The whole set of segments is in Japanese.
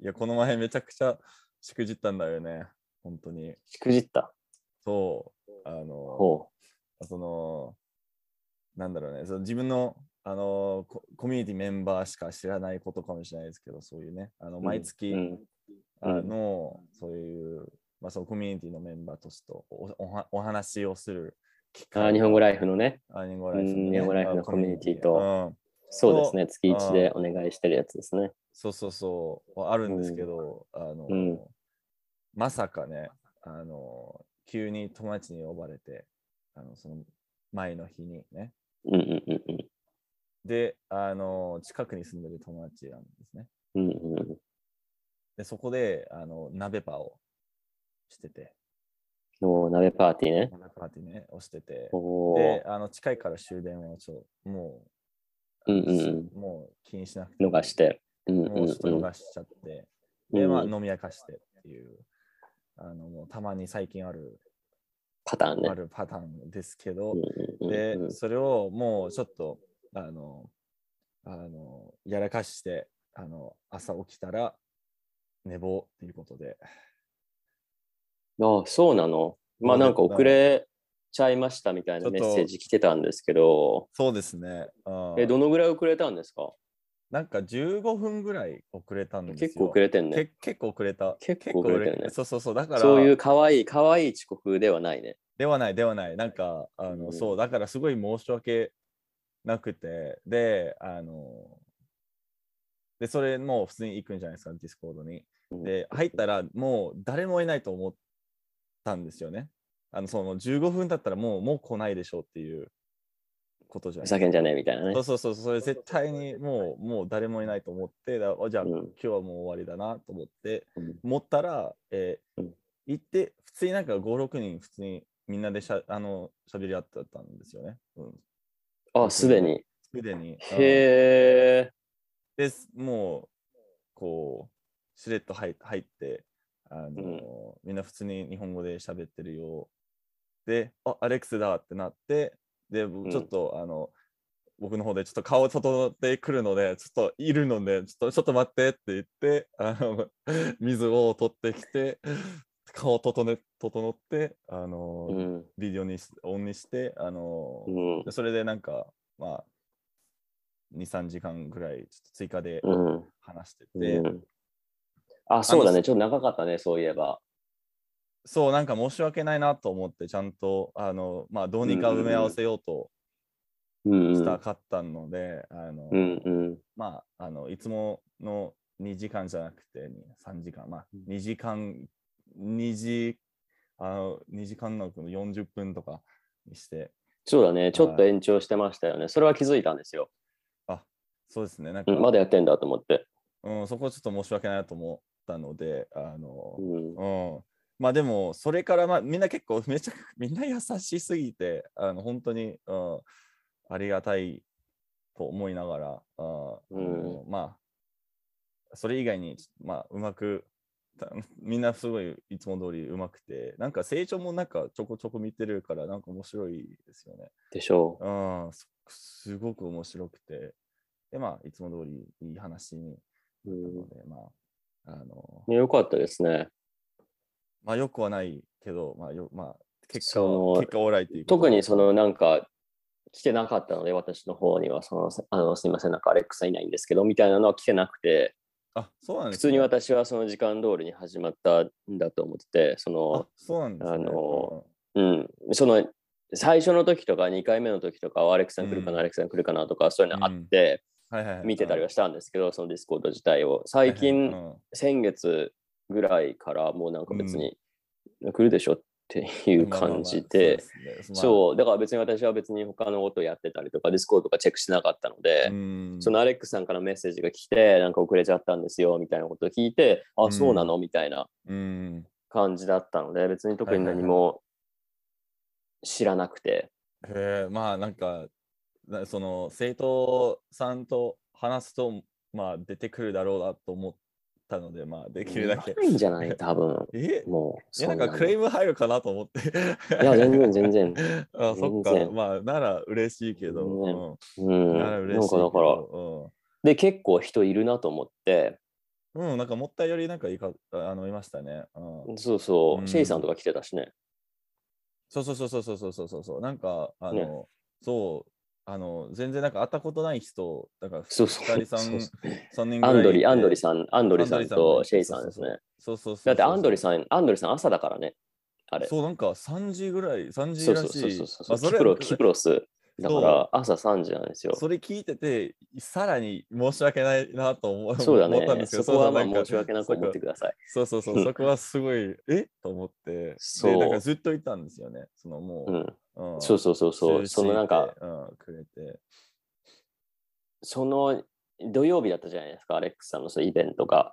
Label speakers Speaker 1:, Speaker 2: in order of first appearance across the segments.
Speaker 1: いや、この前めちゃくちゃしくじったんだよね。本当に。
Speaker 2: しくじった。
Speaker 1: そう。あの、
Speaker 2: ほ
Speaker 1: その、なんだろうね。その自分の、あのコ、コミュニティメンバーしか知らないことかもしれないですけど、そういうね、あの、
Speaker 2: う。
Speaker 1: 毎月、
Speaker 2: うん。
Speaker 1: あの、そういう、まあ、そのコミュニティのメンバーとしておおはお話をする機
Speaker 2: あー日本語ライフのね。
Speaker 1: アーニングライフのね、
Speaker 2: うん日本語ライフの
Speaker 1: あ
Speaker 2: コミュニティと
Speaker 1: うん、
Speaker 2: そうですね。月1でお願いしてるやつですね。
Speaker 1: そうそうそう、あるんですけど、あの、
Speaker 2: うん
Speaker 1: まさかね、あの、急に友達に呼ばれて、あの、その前の日にね。
Speaker 2: うんうんうんうん。
Speaker 1: で、あの、近くに住んでる友達なんですね。
Speaker 2: うんうんうん
Speaker 1: で、そこで、あの、鍋パをしてて、
Speaker 2: おー鍋パーティーね。
Speaker 1: 鍋パーティーね、をしてて、
Speaker 2: お
Speaker 1: で
Speaker 2: お。、
Speaker 1: あの近いから終電をちょも
Speaker 2: う
Speaker 1: う、
Speaker 2: んうん
Speaker 1: もう気にしなくて、
Speaker 2: うん。逃して。うんうん
Speaker 1: もうちょっと
Speaker 2: うん。
Speaker 1: 逃しちゃって、で、まあ、
Speaker 2: うん
Speaker 1: 飲み明かしてっていう、あのもうたまに最近ある,、
Speaker 2: パターンね
Speaker 1: あ。るパターンですけど
Speaker 2: う、んうん
Speaker 1: で
Speaker 2: うんうん、
Speaker 1: それをもうちょっと、あの、あのやらかして、あの朝起きたら寝坊ということで、
Speaker 2: あそうなの。まあなんか遅れちゃいましたみたいなメッセージ来てたんですけど、
Speaker 1: そうですね。あー
Speaker 2: え、どのぐらい遅れたんですか
Speaker 1: なんか15分ぐらい遅れたんですよ。
Speaker 2: 結構遅れてんね。
Speaker 1: け結構遅れた。
Speaker 2: 結構遅れてるね
Speaker 1: そうそうそう。だから、
Speaker 2: そういう可愛い可愛い遅刻ではないね。
Speaker 1: ではない、ではない。なんか、あの、
Speaker 2: うん
Speaker 1: そう、だからすごい申し訳なくて、で、あの、で、それもう普通に行くんじゃないですか、ディスコードに。
Speaker 2: うん
Speaker 1: で、入ったらもう誰もいないと思ったんですよね。あの、その15分経ったらもう、もう来ないでしょうっていうことじゃ
Speaker 2: ふ
Speaker 1: ない
Speaker 2: ざけんじゃねえみたいな
Speaker 1: そ
Speaker 2: ね
Speaker 1: う。そうそう、それ絶対にもう、もう誰もいないと思って、だあじゃあ、
Speaker 2: うん
Speaker 1: 今日はもう終わりだなと思って、
Speaker 2: うん
Speaker 1: 持ったら、えー
Speaker 2: うん
Speaker 1: 行って、普通になんか5、6人、普通にみんなでしゃあの喋り合ってたんですよね。うん。
Speaker 2: あ、すでに。
Speaker 1: すでに。うん
Speaker 2: へえ。
Speaker 1: です、もう、こう、しれっと入入って、あの
Speaker 2: うん
Speaker 1: みんな普通に日本語で喋ってるよ。で、あ、アレックスだってなって、で、僕
Speaker 2: うん
Speaker 1: ちょっと、あの、僕の方でちょっと顔整ってくるので、ちょっといるので、ちょっとちょっと待ってって言って、あ の水を取ってきて、顔整え整って、あの、
Speaker 2: うん。
Speaker 1: ビデオにしオンにして、あの、
Speaker 2: うん。
Speaker 1: それでなんか、まあ、2、3時間ぐらいちょっと追加で
Speaker 2: うん。
Speaker 1: 話して
Speaker 2: う
Speaker 1: て、
Speaker 2: んあ、そうだね。ちょっと長かったね、そういえば。
Speaker 1: そう、なんか申し訳ないなと思って、ちゃんと、あの、まあ、どうにか埋め合わせようと
Speaker 2: うんう
Speaker 1: し
Speaker 2: ん。
Speaker 1: たかったので、あの、
Speaker 2: うんうん。
Speaker 1: まあ、あの、いつもの2時間じゃなくて、3時間、まあ
Speaker 2: うん、
Speaker 1: 2時間、2時、あの、2時間のこの40分とかにして、
Speaker 2: そうだね。ちょっと延長してましたよね。それは気づいたんですよ。
Speaker 1: そうですね、なん
Speaker 2: う
Speaker 1: か、
Speaker 2: ん、まだやってんだと思って。
Speaker 1: うん、そこちょっと申し訳ないなと思ったので、あの
Speaker 2: う、ん。
Speaker 1: うん、まあでもそれから、まあ、みんな結構 めちゃくみんな優しすぎてあの本当に、うん、ありがたいと思いながら、あー
Speaker 2: うん
Speaker 1: あのまあそれ以外に、まあ、うまくたみんなすごいいつも通りうまくてなんか成長もなんかちょこちょこ見てるからなんか面白いですよね。
Speaker 2: でしょう。
Speaker 1: うん、すすごく面白くてでまあいつも通りいい話に
Speaker 2: う
Speaker 1: なった
Speaker 2: ん
Speaker 1: ので、まああの
Speaker 2: ね、よかったですね。
Speaker 1: まあよくはないけど、まあよまあ、結果
Speaker 2: その
Speaker 1: は結果オーライっていうこと
Speaker 2: 特にそのなんか来てなかったので、私の方にはそのあのすみません、なんかアレックさんいないんですけどみたいなのは来てなくて、
Speaker 1: あそうなん
Speaker 2: 普
Speaker 1: です、
Speaker 2: 通に私はその時間通りに始まったんだと思ってて、そ
Speaker 1: あ
Speaker 2: の、
Speaker 1: そうなんです、ね、
Speaker 2: あのうん、その最初の時とか2回目の時とかはアレックさん来るかな、
Speaker 1: うん
Speaker 2: アレックさん来るかなとかそういうのあって、
Speaker 1: うん、はいはいはい、
Speaker 2: 見てたりは
Speaker 1: し
Speaker 2: したんですけど、そのディスコード自体を。最近、
Speaker 1: うん
Speaker 2: 先月ぐらいからもうなんか別
Speaker 1: うん
Speaker 2: に来るでしょっていう感じで、
Speaker 1: う
Speaker 2: そう、だから別に私は別に他のことやってたりとか、ディスコードとかチェックしなかったの
Speaker 1: で
Speaker 2: で、
Speaker 1: すね、うん
Speaker 2: そのアレックさんからメッセージが来て、なんか遅れちゃったんですよみたいなことを聞いて、
Speaker 1: う
Speaker 2: あ、
Speaker 1: ん
Speaker 2: そうなのみたいな
Speaker 1: うん、
Speaker 2: 感じだったので、別に特
Speaker 1: は
Speaker 2: に
Speaker 1: いはい
Speaker 2: 何
Speaker 1: はい
Speaker 2: も知らなくて、
Speaker 1: へえまあなんか、なその生徒さんと話すと、まあ出てくるだろうなと思ったので、まあできるだけ
Speaker 2: な。いんじ ゃない多分
Speaker 1: え
Speaker 2: もう
Speaker 1: いや
Speaker 2: そ
Speaker 1: なんん
Speaker 2: な
Speaker 1: か
Speaker 2: の。
Speaker 1: クレーム入るかなと思って。い
Speaker 2: いや、全然 全然。
Speaker 1: あそっ
Speaker 2: 全
Speaker 1: か、
Speaker 2: 然
Speaker 1: まあなら嬉しいけど。
Speaker 2: 全然
Speaker 1: うん
Speaker 2: うん。
Speaker 1: なら
Speaker 2: な
Speaker 1: 嬉しいけ
Speaker 2: んか
Speaker 1: ど。
Speaker 2: だから、で、結構人いるなと思って、
Speaker 1: うん、なんか思ったよりなんかいいか、あの、いましたね。うん。
Speaker 2: そうそう、
Speaker 1: うん
Speaker 2: シェイさんとか来てたしね。
Speaker 1: そうそうそうそうそうそうそうそうそう。なんか、あの、
Speaker 2: ね
Speaker 1: そう、あの、全然なんか会ったことない人、だから、
Speaker 2: そうそう
Speaker 1: 二人さん
Speaker 2: そうそ
Speaker 1: 三人ぐら
Speaker 2: ア
Speaker 1: い
Speaker 2: ンド
Speaker 1: い
Speaker 2: リ、
Speaker 1: て
Speaker 2: アンドリさん、アンドリさ
Speaker 1: アンドリ
Speaker 2: ん
Speaker 1: さんも
Speaker 2: と
Speaker 1: ね
Speaker 2: シェイさんです
Speaker 1: そう
Speaker 2: ね。
Speaker 1: そうそうそうそ
Speaker 2: だ
Speaker 1: う。
Speaker 2: ってアンドリさん、アンドリさん朝だからね。あれ。
Speaker 1: そう、なんか3時ぐらい、3時
Speaker 2: そう
Speaker 1: ら
Speaker 2: そうそう
Speaker 1: しい
Speaker 2: そう。そう、
Speaker 1: まあそ
Speaker 2: キ
Speaker 1: れ
Speaker 2: プロ。キプロスだか
Speaker 1: そ
Speaker 2: ら朝3時なんですよ。
Speaker 1: それ聞いてて、さらに申し訳ないなと思う
Speaker 2: そうだ
Speaker 1: 思ったんで
Speaker 2: ね。
Speaker 1: すけど、
Speaker 2: そこはまあ
Speaker 1: うそう
Speaker 2: 申し訳なく思ってください。
Speaker 1: そうそうそうう、
Speaker 2: ん
Speaker 1: そこはすごい、えと思って、
Speaker 2: そう
Speaker 1: で、なんかずっといたんですよね。その
Speaker 2: う
Speaker 1: も
Speaker 2: ん。
Speaker 1: う、うん
Speaker 2: そうそうそうそう。
Speaker 1: 終始
Speaker 2: そのなん
Speaker 1: い
Speaker 2: か
Speaker 1: て、うん、くれて。
Speaker 2: その土曜日だったじゃないですか、アレックスさんのそのイベントが。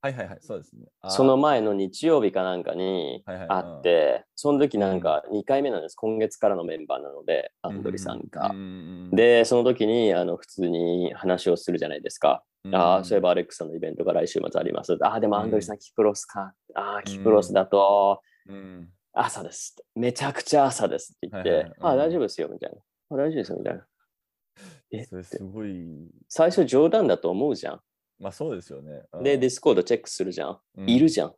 Speaker 1: はいはいはい、そうですね。あー
Speaker 2: その、前の日曜日かなんかに
Speaker 1: はいはい
Speaker 2: あって、その時なんか2回目なんです。今月からのメンバーなので、アンドリさんが
Speaker 1: う。ん、
Speaker 2: で、その時にあの普通に話をするじゃないですか。ああ、そういえ
Speaker 1: ば、
Speaker 2: ばアレックスさんのイベントが来週末あります。ああ、でもアンドリさん、キプロスか。ああ、
Speaker 1: うん
Speaker 2: キプロスだと
Speaker 1: うん、
Speaker 2: 朝ですって。めちゃくちゃ朝ですって言って、
Speaker 1: はいはいはい
Speaker 2: ああ、
Speaker 1: うん
Speaker 2: 大丈夫ですよ、みたいな。あ大丈夫ですよ、みたいな。え
Speaker 1: それすごい、
Speaker 2: 最初冗談だと思うじゃん。
Speaker 1: まあそうですよね。
Speaker 2: で、ディスコードチェックするじゃん。
Speaker 1: うん、
Speaker 2: いるじゃん。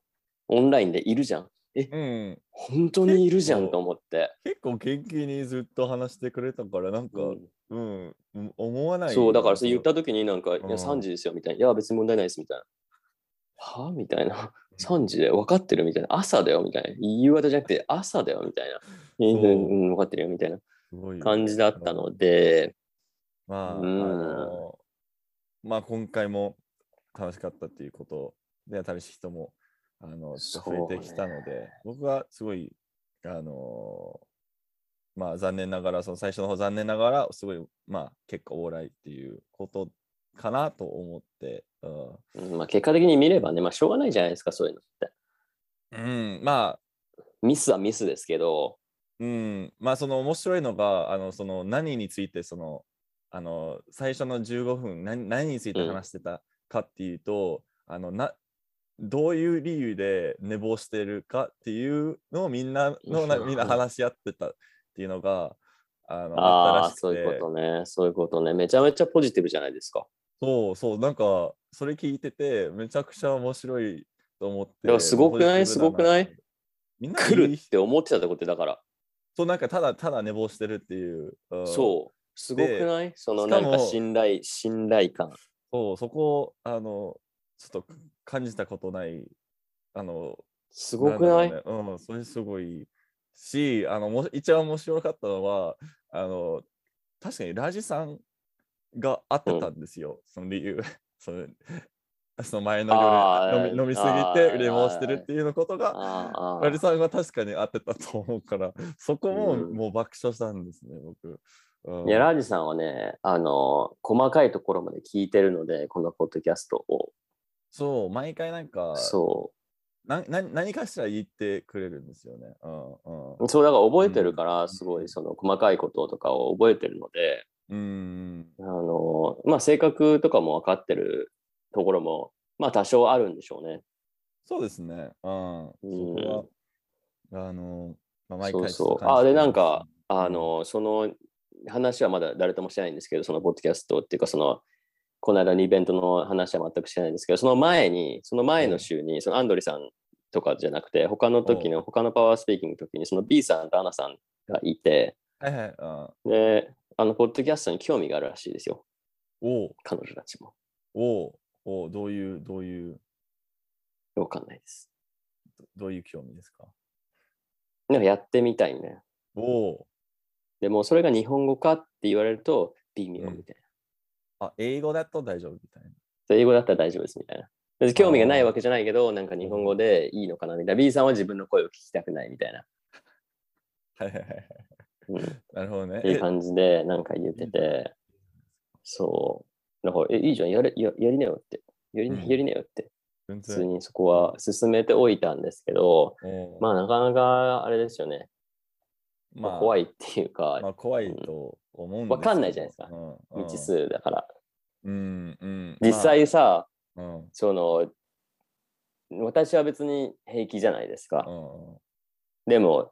Speaker 2: オンラインでいるじゃん。
Speaker 1: うん、
Speaker 2: 本当にいるじゃ
Speaker 1: 結
Speaker 2: ん
Speaker 1: 構
Speaker 2: と思って。
Speaker 1: 結構元気にずっと話してくれたから、なんか、
Speaker 2: うん
Speaker 1: うん、うん思わない。
Speaker 2: そう、だからそう言った時になんか、いや、
Speaker 1: うん
Speaker 2: 3時ですよ、みたいな。いや、別に問題ないです、みたいな。はあみたいな。3時で分かってるみたいな。朝だよ、みたいな。夕方じゃなくて朝だよ、みたいな。うん、うん分かってるよ、みたいな
Speaker 1: すごいよ
Speaker 2: 感じだったので、
Speaker 1: まあ、
Speaker 2: うん
Speaker 1: あのまあ今回も楽しかったっていうことで新しい人もあのちょっと増えてきたので、僕はすごいあのまあ残念ながらその最初の方残念ながらすごいまあ結構往来っていうことかなと思って、うん
Speaker 2: うんまあ、結果的に見ればね、まあ、しょうがないじゃないですか、そういうのって。
Speaker 1: うん、まあ
Speaker 2: ミスはミスですけど、
Speaker 1: うん、まあその面白いのがあのその何についてそのあの最初の15分何何について
Speaker 2: うん
Speaker 1: 話してたかっていうと、あのなどういう理由で寝坊してるかっていうのをみんなのなみんな話し合ってたっていうのがあのあった
Speaker 2: ああ
Speaker 1: ら
Speaker 2: ー、
Speaker 1: し
Speaker 2: そう
Speaker 1: く
Speaker 2: い
Speaker 1: て
Speaker 2: うことね、そういうことね。めちゃめちゃポジティブじゃないですか。
Speaker 1: そうそうなんかそれ聞いててめちゃくちゃ面白いと思って
Speaker 2: やすごくない
Speaker 1: ポジティブだ
Speaker 2: すごくな
Speaker 1: みんな
Speaker 2: 来る
Speaker 1: いい
Speaker 2: って思ってたってことだから、
Speaker 1: そうなんかただただ寝坊してるっていう、うん
Speaker 2: そう、すごくないその
Speaker 1: しか
Speaker 2: な
Speaker 1: も
Speaker 2: んか信頼、信頼感。
Speaker 1: そう、そこを、あの、ちょっと感じたことない、あの、
Speaker 2: す
Speaker 1: す
Speaker 2: ごくない
Speaker 1: うん、それすごいし、あの、も一番面白かったのは、あの、確かにラジさんが合ってたんですよ、その理由。 そのその前の
Speaker 2: あー
Speaker 1: 夜飲み飲みすぎ
Speaker 2: あ
Speaker 1: て
Speaker 2: ー
Speaker 1: レモンしてるっていうのことが、
Speaker 2: ああああ
Speaker 1: ラジさんは確かに合ってたと思うから、そこも
Speaker 2: うん
Speaker 1: もう爆笑したんですね、僕。うん
Speaker 2: いや、ラジさんはね、あの、細かいところまで聞いてるので、このポッドキャストを。
Speaker 1: そう、毎回なんか、
Speaker 2: そ
Speaker 1: なな何かしら言ってくれるんですよね。うん
Speaker 2: う。そう、だから覚えてるか
Speaker 1: う
Speaker 2: ら、
Speaker 1: ん
Speaker 2: すごい、その、細かいこととかを覚えてるので、
Speaker 1: うん。
Speaker 2: あの、まあ、性格とかも分かってるところも、まあ、多少あるんでしょうね。
Speaker 1: そうですね。うん。そこは、あの、まあ、毎
Speaker 2: そう
Speaker 1: 回
Speaker 2: そう。あ、で、なんか、、
Speaker 1: ん
Speaker 2: あの、その話はまだ誰ともしてないんですけど、そのポッドキャストっていうか、その、この間のイベントの話は全くしてないんですけど、その前に、その前の週に、そのアンドリさんとかじゃなくて、他の時の、他のパワースピーキングの時に、その B さんとアナさんがいて、
Speaker 1: はいはい。あ
Speaker 2: で、あの、ポッドキャストに興味があるらしいですよ、
Speaker 1: おう
Speaker 2: 彼女たちも。
Speaker 1: おうおうどういう、どういう、
Speaker 2: わかんないです。
Speaker 1: どういう興味ですか
Speaker 2: なんかやってみたいね。
Speaker 1: おう
Speaker 2: でも、それが日本語かって言われると、微妙みたいな。
Speaker 1: あ、英語だと大丈夫みたいな。
Speaker 2: そう英語だったら大丈夫ですみたいな。別に興味がないわけじゃないけど、なんか日本語でいいのかなみたいな。B さんは自分の声を聞きたくないみたいな。
Speaker 1: はいはいはいはい。
Speaker 2: うん、っ
Speaker 1: なるほどね。
Speaker 2: ていう感じで、なんか言ってて、そう。だから、え、いいじゃん、やれややりなよって。やり
Speaker 1: うん
Speaker 2: やりなよって。
Speaker 1: え全
Speaker 2: 普通
Speaker 1: 然。
Speaker 2: にそこは進めておいたんですけど、
Speaker 1: おう
Speaker 2: まあなかなかあれですよね。まあ、怖
Speaker 1: い。
Speaker 2: いっていうか、
Speaker 1: まあ、怖いと思うんですけど
Speaker 2: わかんないじゃないですか
Speaker 1: うんうん
Speaker 2: 未知数だから。
Speaker 1: うんうん。
Speaker 2: 実際さ、
Speaker 1: まあ、うん。
Speaker 2: その、私は別に平気じゃないですか。
Speaker 1: うん
Speaker 2: でも、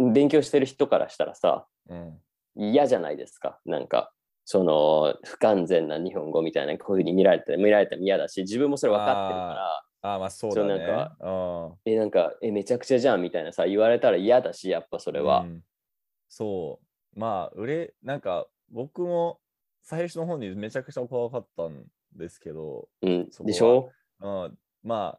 Speaker 2: 勉強してる人からしたらさ、
Speaker 1: うん。
Speaker 2: 嫌じゃないですか。なんか、その不完全な日本語みたいなこういうふうに見られて見られても嫌だし自分もそれ分かってるから
Speaker 1: ああ、まあそうだね。
Speaker 2: そうなんか
Speaker 1: うん
Speaker 2: えなんかえめちゃくちゃじゃんみたいなさ言われたら嫌だしやっぱそれは
Speaker 1: う、んそうまあ売れなんか僕も最初の方にめちゃくちゃ怖かったんですけど、
Speaker 2: うん
Speaker 1: そこは
Speaker 2: でしょ
Speaker 1: うん、まあ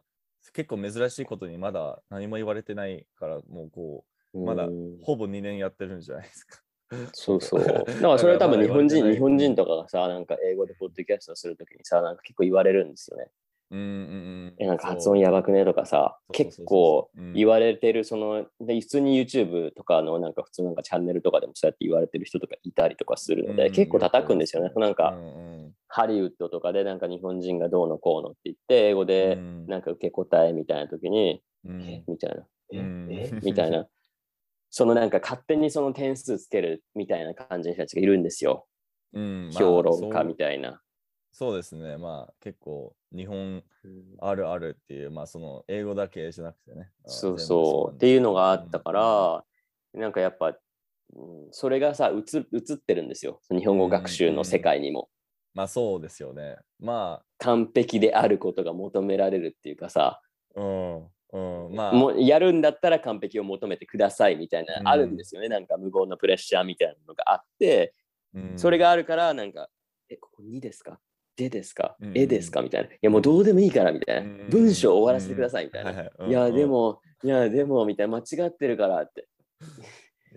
Speaker 1: 結構珍しいことにまだ何も言われてないからもうこまだ
Speaker 2: うん
Speaker 1: うほぼ2年やってるんじゃないですか。
Speaker 2: そうそう。
Speaker 1: だ
Speaker 2: だか
Speaker 1: からら
Speaker 2: それは多分日本
Speaker 1: まだ言われて
Speaker 2: 人、
Speaker 1: ない
Speaker 2: 日本人とかがさ、なんか英語でポッドキャストするときにさ、なんか結構言われるんですよね。
Speaker 1: うんうんう
Speaker 2: え、
Speaker 1: ん、
Speaker 2: なんか発
Speaker 1: そう
Speaker 2: 音やばくねとかさ、結構言
Speaker 1: わ
Speaker 2: われてる、その、で普通に YouTube とかのなんか普通なんかチャンネルとかでもそうやって言われてる人とかいたりとかするの
Speaker 1: うん
Speaker 2: で、
Speaker 1: うん
Speaker 2: 結構叩くんですよね。なん
Speaker 1: う
Speaker 2: か
Speaker 1: んうん
Speaker 2: ハリウッドとかでなんか日本人がどうのこうのって言って、英語で
Speaker 1: うん
Speaker 2: なんか受け答えみたいなときに、
Speaker 1: うん
Speaker 2: えみたいな。え
Speaker 1: うん
Speaker 2: え みたいな。そのなんか勝手にその点数つけるみたいな感じの人たちがいるんですよ。
Speaker 1: うんまあ
Speaker 2: 評論
Speaker 1: そ
Speaker 2: 家
Speaker 1: う
Speaker 2: みたいな。
Speaker 1: そうですねまあ結構日本あるあるっていうまあその英語だけじゃなくてねあ
Speaker 2: そう
Speaker 1: 全部
Speaker 2: そ
Speaker 1: な
Speaker 2: う。
Speaker 1: ん
Speaker 2: っ
Speaker 1: だ
Speaker 2: ていうのがあったから、なんかやっぱ、うんそれがさ、うつ映ってるんですよ。日本語学習の世界にも。
Speaker 1: まあそうですよねま
Speaker 2: 完璧であることが求められるっていうかさ、
Speaker 1: あうんうんまあ
Speaker 2: もうやるんだったら完璧を求めてくださいみたいな
Speaker 1: う、ん
Speaker 2: あるんですよね。なんか無言のプレッシャーみたいなのがあって、
Speaker 1: うん
Speaker 2: それがあるから、なんか、え、ここ2ですかでですか
Speaker 1: うん
Speaker 2: えですかみたいな。いや、もうどうでもいいからみたいな
Speaker 1: うん。
Speaker 2: 文章を終わらせてくださいみたいな
Speaker 1: は。はい
Speaker 2: や、
Speaker 1: うんうん
Speaker 2: でも、いや、でも、みたいな、間違ってるからって。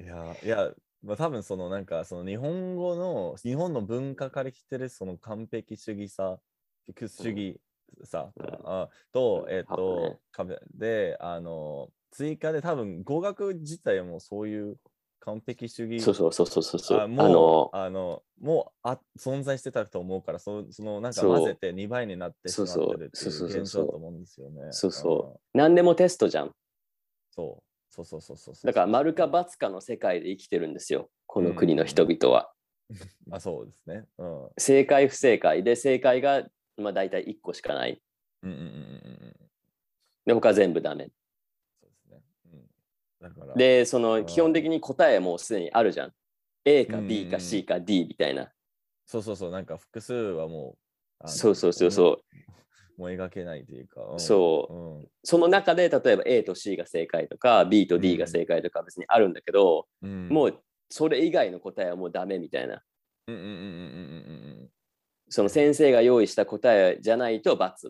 Speaker 1: いやいやまあ多分そのなんかその日本語の日本の文化から来てるその完璧主義さ主義さ
Speaker 2: うん
Speaker 1: かあと
Speaker 2: うん
Speaker 1: えっ
Speaker 2: 多分ね
Speaker 1: と壁であの追加で多分語学自体もそういう完璧主義
Speaker 2: そうそうそうそうそうそう。あ
Speaker 1: あも
Speaker 2: の
Speaker 1: う、あのもうあ存在してたと思うからそそのなんか
Speaker 2: そう
Speaker 1: 混ぜて2倍になってしまってるって
Speaker 2: そうそうそう
Speaker 1: い
Speaker 2: そ
Speaker 1: う現
Speaker 2: うそう
Speaker 1: 象だと思うんですよね。
Speaker 2: そうそ
Speaker 1: うん
Speaker 2: 何でもテストじゃん。
Speaker 1: そうそうそうそうそうそう
Speaker 2: だから、丸か×かの世界で生きてるんですよ。この国の人々は。
Speaker 1: あそうですね。うんうん
Speaker 2: 正解、不正解。で、正解が、まあ、大体1個しかない。
Speaker 1: うんうんうんうん
Speaker 2: で、他全部ダメ。
Speaker 1: そうですね。うん、だから、
Speaker 2: で、その、
Speaker 1: ん
Speaker 2: 基本的に答えもうすでにあるじゃん。A か
Speaker 1: うん
Speaker 2: B か C か D みたいな。
Speaker 1: そうそうそう、なんか複数はもう、あの
Speaker 2: そうそうそうそう。
Speaker 1: もう描けないというか、ん
Speaker 2: そうその中で、例えば A と C が正解とか、B と D が正解とか別にあるんだけど、
Speaker 1: うん、うん、
Speaker 2: もう、それ以外の答えはもうダメみたいな。
Speaker 1: うん、うんうんうんうん
Speaker 2: その先生が用意した答えじゃないと×。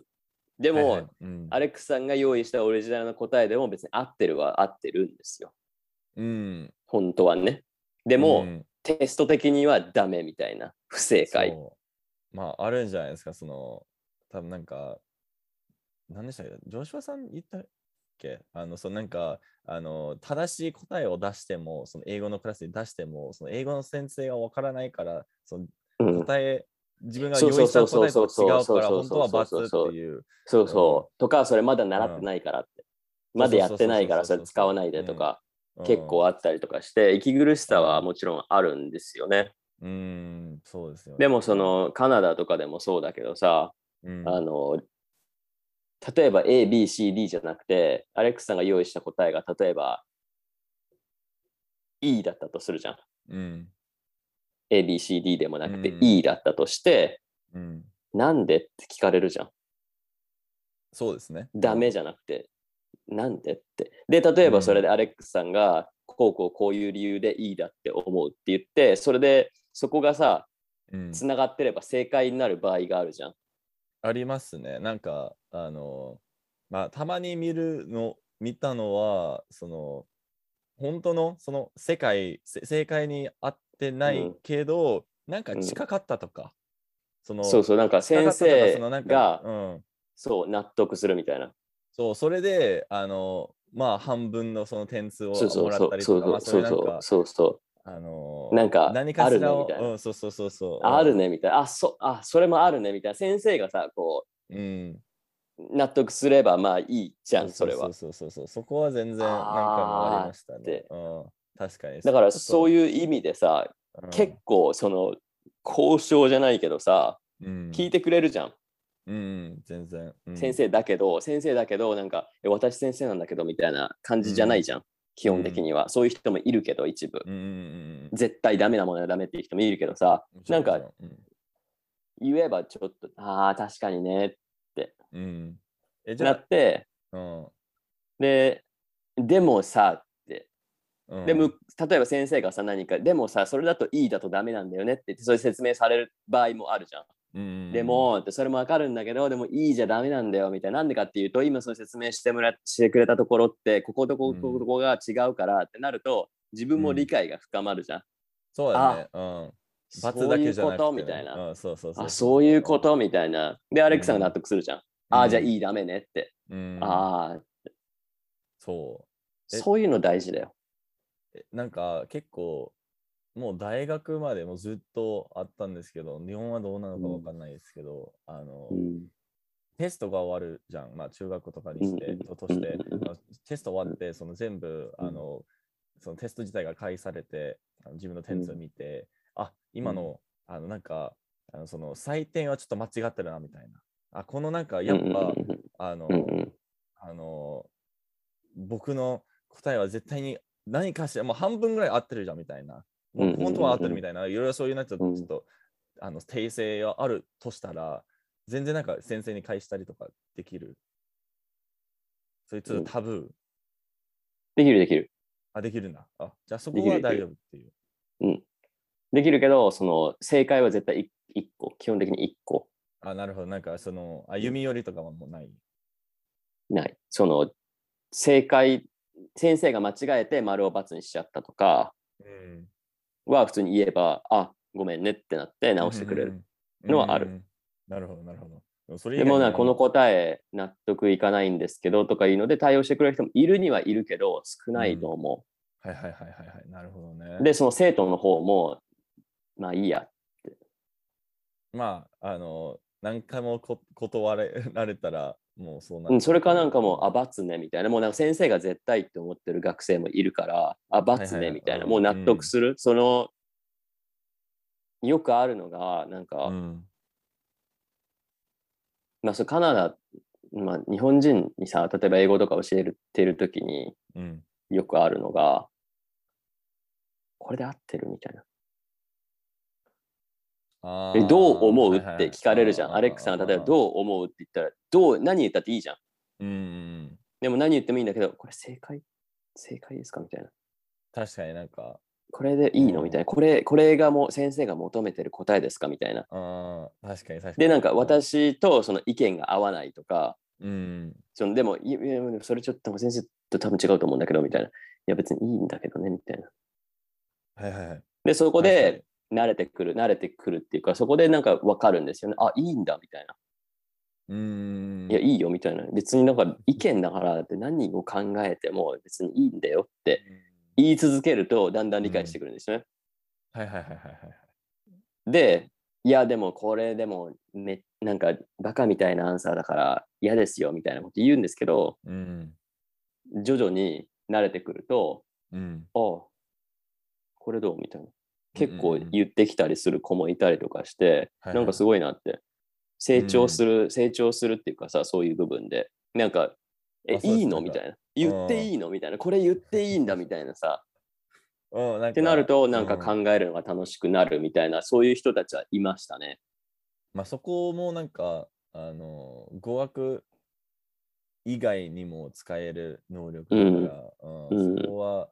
Speaker 2: で
Speaker 1: うんうん。
Speaker 2: も、
Speaker 1: はいはいうん、
Speaker 2: アレックスさんが用意したオリジナルの答えでも別に合ってるは合ってるんですよ。
Speaker 1: うん、
Speaker 2: 本当はね。でも、
Speaker 1: うん
Speaker 2: テスト的にはダメみたいな。不正解。
Speaker 1: そうまあ、あるんじゃないですか、その、多分なんか、何でしたっけ、ジョシュアさん言ったっけあの、そのなんか、あの、正しい答えを出しても、その英語のクラスに出しても、その英語の先生がわからないから、その
Speaker 2: うん、
Speaker 1: 答え、自分が
Speaker 2: そう
Speaker 1: 用
Speaker 2: そう
Speaker 1: 意した
Speaker 2: そう
Speaker 1: 答えと
Speaker 2: そう
Speaker 1: 違う
Speaker 2: そう
Speaker 1: から、
Speaker 2: そう
Speaker 1: 本当は
Speaker 2: そうそうそう
Speaker 1: 罰っていう。
Speaker 2: そうそう。とか、それまだ習ってないからって。
Speaker 1: うん
Speaker 2: まだやってないから
Speaker 1: そ
Speaker 2: そうれ
Speaker 1: そうそうそうそう
Speaker 2: 使わないでとか、
Speaker 1: うん
Speaker 2: 結構あったりとかして、息苦しさはもちろんあるんですよね。
Speaker 1: うーん、そうですよ、ね。
Speaker 2: でも、そ、の、カナダとかでもそうだけどさ、
Speaker 1: うん、
Speaker 2: あの例えば A、B、C、D じゃなくて、アレックスさんが用意した答えが例えば E だったとするじゃん。
Speaker 1: うん、
Speaker 2: A、B、C、D でもなくて
Speaker 1: うん
Speaker 2: E だったとして、
Speaker 1: うん、
Speaker 2: なんでって聞かれるじゃん。
Speaker 1: そうですね。
Speaker 2: ダメじゃなくて、なんでって。で、例えばそれでアレックスさんが、こうこうこういう理由で E だって思うって言って、それでそこがさ、
Speaker 1: うん、
Speaker 2: つながってれば正解になる場合があるじゃん。
Speaker 1: ありますね。なんか、あの、まあ、たまに見るの、見たのは、その、本当の、その、世界、せ正解に合ってな
Speaker 2: う
Speaker 1: い
Speaker 2: ん
Speaker 1: けど、なんか
Speaker 2: うん
Speaker 1: 近かったとか、その、
Speaker 2: そうそう、なんか
Speaker 1: 近か
Speaker 2: 先
Speaker 1: ったとか
Speaker 2: 生
Speaker 1: そのなんか
Speaker 2: が、
Speaker 1: うん、
Speaker 2: そう、納得するみたいな。
Speaker 1: そう、それで、あの、まあ、半分のその点数を
Speaker 2: そうそ
Speaker 1: も
Speaker 2: う
Speaker 1: ら
Speaker 2: そ
Speaker 1: った
Speaker 2: う
Speaker 1: り
Speaker 2: そ
Speaker 1: と
Speaker 2: う
Speaker 1: か、まあ、そ
Speaker 2: そ
Speaker 1: れ
Speaker 2: う
Speaker 1: なん
Speaker 2: そう
Speaker 1: か、
Speaker 2: そうそ
Speaker 1: あの
Speaker 2: うなんか
Speaker 1: 何か
Speaker 2: あ
Speaker 1: し
Speaker 2: るね
Speaker 1: らを、
Speaker 2: み、たいうなん
Speaker 1: そうそうそうそう。
Speaker 2: あるねみたいなあそあそれもあるねみたいな先生がさこ
Speaker 1: うん。
Speaker 2: う納得すればまあいいじゃんそれは
Speaker 1: そうそうそうそう。そこは全然なんかもありましたね。うん、確かに。
Speaker 2: だからそう
Speaker 1: い
Speaker 2: いう意味でさ
Speaker 1: う
Speaker 2: 結構その交渉じゃないけどさ
Speaker 1: 構
Speaker 2: 聞いてくれるじゃん
Speaker 1: うん、うん、全然。うん
Speaker 2: 先。生だけど先生だけどなんかえ私先生なんだけどみたいな感じじゃないじゃん基本的には、そういう人もいるけど一部、
Speaker 1: うんうん
Speaker 2: 絶対ダメなものはダメっていう人もいるけどさ
Speaker 1: うん。
Speaker 2: なんか
Speaker 1: もちろん、もち
Speaker 2: 言えばちょっとああ確かにねっ
Speaker 1: ろんうん。うんえ、
Speaker 2: て
Speaker 1: じ
Speaker 2: な
Speaker 1: ゃ
Speaker 2: って、
Speaker 1: あ、うん
Speaker 2: で、でもさ、
Speaker 1: うん。
Speaker 2: でむ例えば先生がさ、何か、でもさ、それだといいだとダメなんだよねって言って、それ説明される場合もあるじゃん。
Speaker 1: うんうんうん、
Speaker 2: でも、ってそれもわかるんだけど、でもいいじゃダメなんだよみたいな。なんでかっていうと、今その説明してもらしてくれたところって、こことこ
Speaker 1: う
Speaker 2: こ
Speaker 1: ん
Speaker 2: ここが違うからってなると、自分も理解が深まるじゃん。
Speaker 1: そうやね。うん。罰だけじゃなくてね、
Speaker 2: そういうことみたいな。
Speaker 1: うん、そうそうそう。
Speaker 2: あ、そういうこ。とみたいな。で、アレックさんが納得するじゃん。ああ、じゃあ
Speaker 1: い。
Speaker 2: いいダメねって。
Speaker 1: うん、
Speaker 2: ああ、
Speaker 1: そう。え
Speaker 2: そういうの大事だよ。
Speaker 1: えなんか結構もう大学までもずっとあったんですけど日本はどうなのかわかんないですけど、あの、
Speaker 2: うん
Speaker 1: テストが終わるじゃん、まあ、中学とかにして、
Speaker 2: うんうん
Speaker 1: ととして
Speaker 2: うんうんうん
Speaker 1: あのテスト終わってその全部、
Speaker 2: うん
Speaker 1: あのそのテスト自体が開示されてあの自分の点数を見て、あ今の,、あのなんかあのその採点はちょっと間違ってるなみたいなあこのなんかやっぱ、
Speaker 2: うん
Speaker 1: あの、
Speaker 2: うんうん
Speaker 1: あの僕の答えは絶対に何かしらもう半分ぐらい合ってるじゃんみたいな、もう
Speaker 2: うんうんうんうん
Speaker 1: 本当は合ってるみたいないろいろそういうなちょっ
Speaker 2: うん
Speaker 1: とちょっと、あの訂正があるとしたら全然なんか先生に返したりとかできるそれちょっとタブー、
Speaker 2: できるできる。
Speaker 1: あできるんだあじゃあそ
Speaker 2: で
Speaker 1: こ
Speaker 2: き
Speaker 1: は
Speaker 2: るでき
Speaker 1: 大
Speaker 2: る
Speaker 1: 丈夫っていう
Speaker 2: できるけど、その正解は絶対 1, 個、基本的に1個
Speaker 1: あなるほどなんかその歩み寄りとかはもうない、
Speaker 2: ない。その正解、先生が間違えて丸を×にしちゃったとか
Speaker 1: うん、
Speaker 2: は普通に言えば、あごめんねってなって直してくれる。のはある
Speaker 1: うんうんうんなるほどなるほどでもそれ以
Speaker 2: で
Speaker 1: 外に
Speaker 2: もな
Speaker 1: 何
Speaker 2: この答え納得いかないんですけどとかいうので対応してくれる人もいるにはいるけど少ないと思
Speaker 1: はいはいはいはいはいなるほどね
Speaker 2: う。で、その生徒の方も、まあいいや。
Speaker 1: まあ、あの、何回もこ断れられたら、もうそうな
Speaker 2: う
Speaker 1: る
Speaker 2: ん、それかなんかもう、あ、罰ねみたいな、もうなんか先生が絶対って思ってる学生もいるから、あ、罰
Speaker 1: はいは
Speaker 2: ね
Speaker 1: い
Speaker 2: みたいな、
Speaker 1: うん
Speaker 2: もう納得する。その、よくあるのが、なんか、
Speaker 1: うん、
Speaker 2: まあ、そうカナダ、まあ、日本人にさ、例えば英語とか教えてるときに
Speaker 1: うん。
Speaker 2: よくあるのが、これで合ってるみたいな。
Speaker 1: あ
Speaker 2: え、
Speaker 1: ー
Speaker 2: どう思う
Speaker 1: はい
Speaker 2: っ
Speaker 1: はいはい
Speaker 2: て聞かれるじゃん。アレックさんが例えば、どう思うって言ったら、どう、何言ったっていいじゃん。
Speaker 1: うんうんうん。
Speaker 2: でも何言ってもいいんだけど、これ正解正解ですかみたいな。
Speaker 1: 確かになんか、
Speaker 2: これでいいの
Speaker 1: うん
Speaker 2: みたいな。これ、これがもう先生が求めてる答えですかみたいな。
Speaker 1: あー確かに確かに。
Speaker 2: で、なんか、私とその意見が合わないとか、
Speaker 1: うん。
Speaker 2: そのでも、いやいやでもそれちょっと先生と多分違うと思うんだけど、みたいな。いや、別にいいんだけどね、みたいな。
Speaker 1: はいはいはい。こ
Speaker 2: で、そこで、慣れてくる、慣れてくるっていうか、そこでなんか分かるんですよね。あ、いいんだ、みたいな。
Speaker 1: うーん。
Speaker 2: いや、いいよ、みたいな。別になんか意見だからって何を考えても別にいいんだよって
Speaker 1: うん
Speaker 2: 言い続けると、だんだん理解してくるんですよね。
Speaker 1: はいはいはいはいはいはい。
Speaker 2: で、いや、でもこれでもめ、なんかバカみたいなアンサーだから嫌ですよみたいなこと言うんですけど、
Speaker 1: うん。
Speaker 2: 徐々に慣れてくると、
Speaker 1: うん。
Speaker 2: ああ、これどうみたいな。結
Speaker 1: うん
Speaker 2: 構
Speaker 1: うんうん
Speaker 2: 言ってきたりする子もいたりとかして、
Speaker 1: はいはい
Speaker 2: なんかすごいなって。成長する、成長するっていうかさ、そういう部分で。なんか、え、
Speaker 1: あそうです
Speaker 2: いいの
Speaker 1: なん
Speaker 2: み
Speaker 1: か
Speaker 2: たいな。言っていいのみたいな。これ言っていいんだみたいな さ。
Speaker 1: うん、なん
Speaker 2: ってなると、なんか
Speaker 1: うん
Speaker 2: 考えるのが楽しくなるみたいな、そういう人たちはいましたね。
Speaker 1: まあそこもなんか、あの、語学以外にも使える能力だから、うん
Speaker 2: うん
Speaker 1: そこは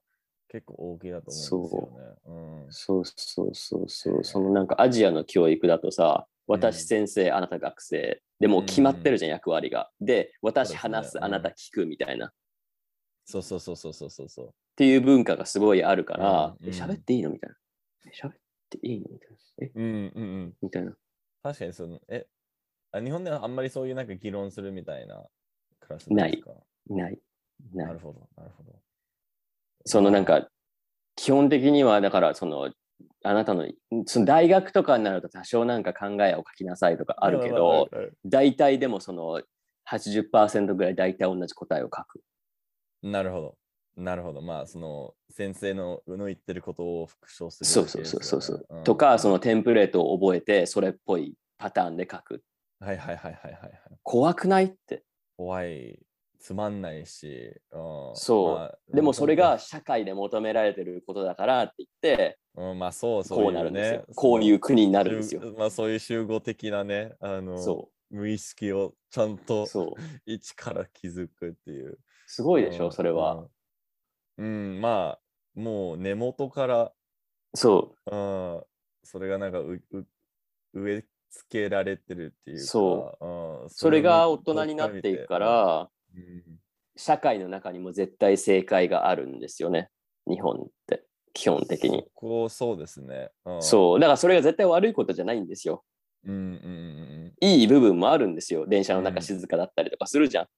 Speaker 1: 結構大きいだと思うんですよね。うん
Speaker 2: そうそうそうそう、そのなんかアジアの教育だとさ、私先生、あなた学生、でもう決まってるじゃん、役割が。で、
Speaker 1: そう
Speaker 2: 私
Speaker 1: ですね
Speaker 2: 話す、
Speaker 1: うん
Speaker 2: あなた聞くみたいな。っ
Speaker 1: そうそうそうそうそうそうそう。
Speaker 2: ていう文化がすごいあるから、
Speaker 1: うん
Speaker 2: え
Speaker 1: うん
Speaker 2: 喋っていいのみたいな。え喋っていいのみたいな。え
Speaker 1: うんうんうん。
Speaker 2: みたいな。
Speaker 1: 確かにその、え、あ日本ではあんまりそういうなんか議論するみたいなクラスんですか
Speaker 2: ない。
Speaker 1: な
Speaker 2: な
Speaker 1: る
Speaker 2: い。
Speaker 1: ほど、なるほど。
Speaker 2: そのなんか、基本的には、だから、その、あなたの、その大学とかになると多少なんか考えを書きなさいとかあるけど、
Speaker 1: まあまあまあま
Speaker 2: 大体でもその80%ぐらい大体同じ答えを書く。
Speaker 1: あなるほど。なるほど。まあ、その先生のの言ってることを復唱する
Speaker 2: そう
Speaker 1: だけ
Speaker 2: そう
Speaker 1: です
Speaker 2: そ
Speaker 1: よね。
Speaker 2: うそうそう、
Speaker 1: ん
Speaker 2: とか、そのテンプレートを覚えて、それっぽいパターンで書く。
Speaker 1: はいはいはいはいはいはい。
Speaker 2: 怖くないって。
Speaker 1: 怖い。つまんないし、うん、
Speaker 2: そう
Speaker 1: あ
Speaker 2: でもそれが、社会で求められてることだからって言って、
Speaker 1: うん、まあそうそう
Speaker 2: こうなるんですよ。
Speaker 1: ね
Speaker 2: こういう国になるんですよ。
Speaker 1: 集まあそういう集合的なね、あの
Speaker 2: そ
Speaker 1: 無意識をちゃん
Speaker 2: う。
Speaker 1: と
Speaker 2: そう。
Speaker 1: 一から気づくっていう。
Speaker 2: すごいでし
Speaker 1: う
Speaker 2: ょ、
Speaker 1: ん
Speaker 2: それは。。
Speaker 1: うん、うんまあもう根元から、
Speaker 2: そ
Speaker 1: うん、それがなんかうう植え付けられてるっていうか。、
Speaker 2: そう
Speaker 1: ん、
Speaker 2: う。それが大
Speaker 1: を
Speaker 2: 人になっていくか、
Speaker 1: もう
Speaker 2: ら、
Speaker 1: 一回見てうん
Speaker 2: 社会の中にも絶対正解があるんですよね。日本って、基本的
Speaker 1: そ。
Speaker 2: に
Speaker 1: こそうですね。うん、
Speaker 2: そう。だからそれが絶対悪いことじゃないんですよ。
Speaker 1: う。うんうんうんうん。
Speaker 2: いい部分もあるんですよ。電車の
Speaker 1: う
Speaker 2: 中
Speaker 1: ん
Speaker 2: 静かだったりとかするじゃん。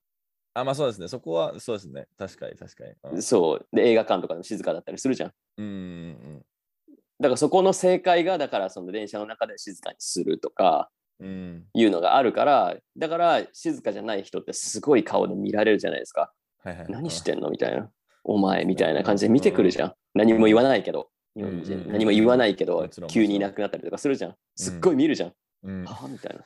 Speaker 1: あ、まあそうですね。そこはそうですね。確かに確かに。うん
Speaker 2: そう。で、映画館とかでも静かだったりするじゃん。
Speaker 1: うんうん
Speaker 2: だからそこの正解が、だからその電車の中で静かにするとか
Speaker 1: うんうん。
Speaker 2: いうのがあるから、だから静かじゃない人ってすごい顔で見られるじゃないですか。
Speaker 1: はいはい。
Speaker 2: 何してんのみたいな。お前みたいな感じで見てくるじゃん。何も言わないけど。日本
Speaker 1: うんうん
Speaker 2: 人
Speaker 1: うん
Speaker 2: 何も言わないけど
Speaker 1: もちろん
Speaker 2: 急にいなくなったりとかするじゃんすっごい見るじゃん、
Speaker 1: うんうん
Speaker 2: はあみたいな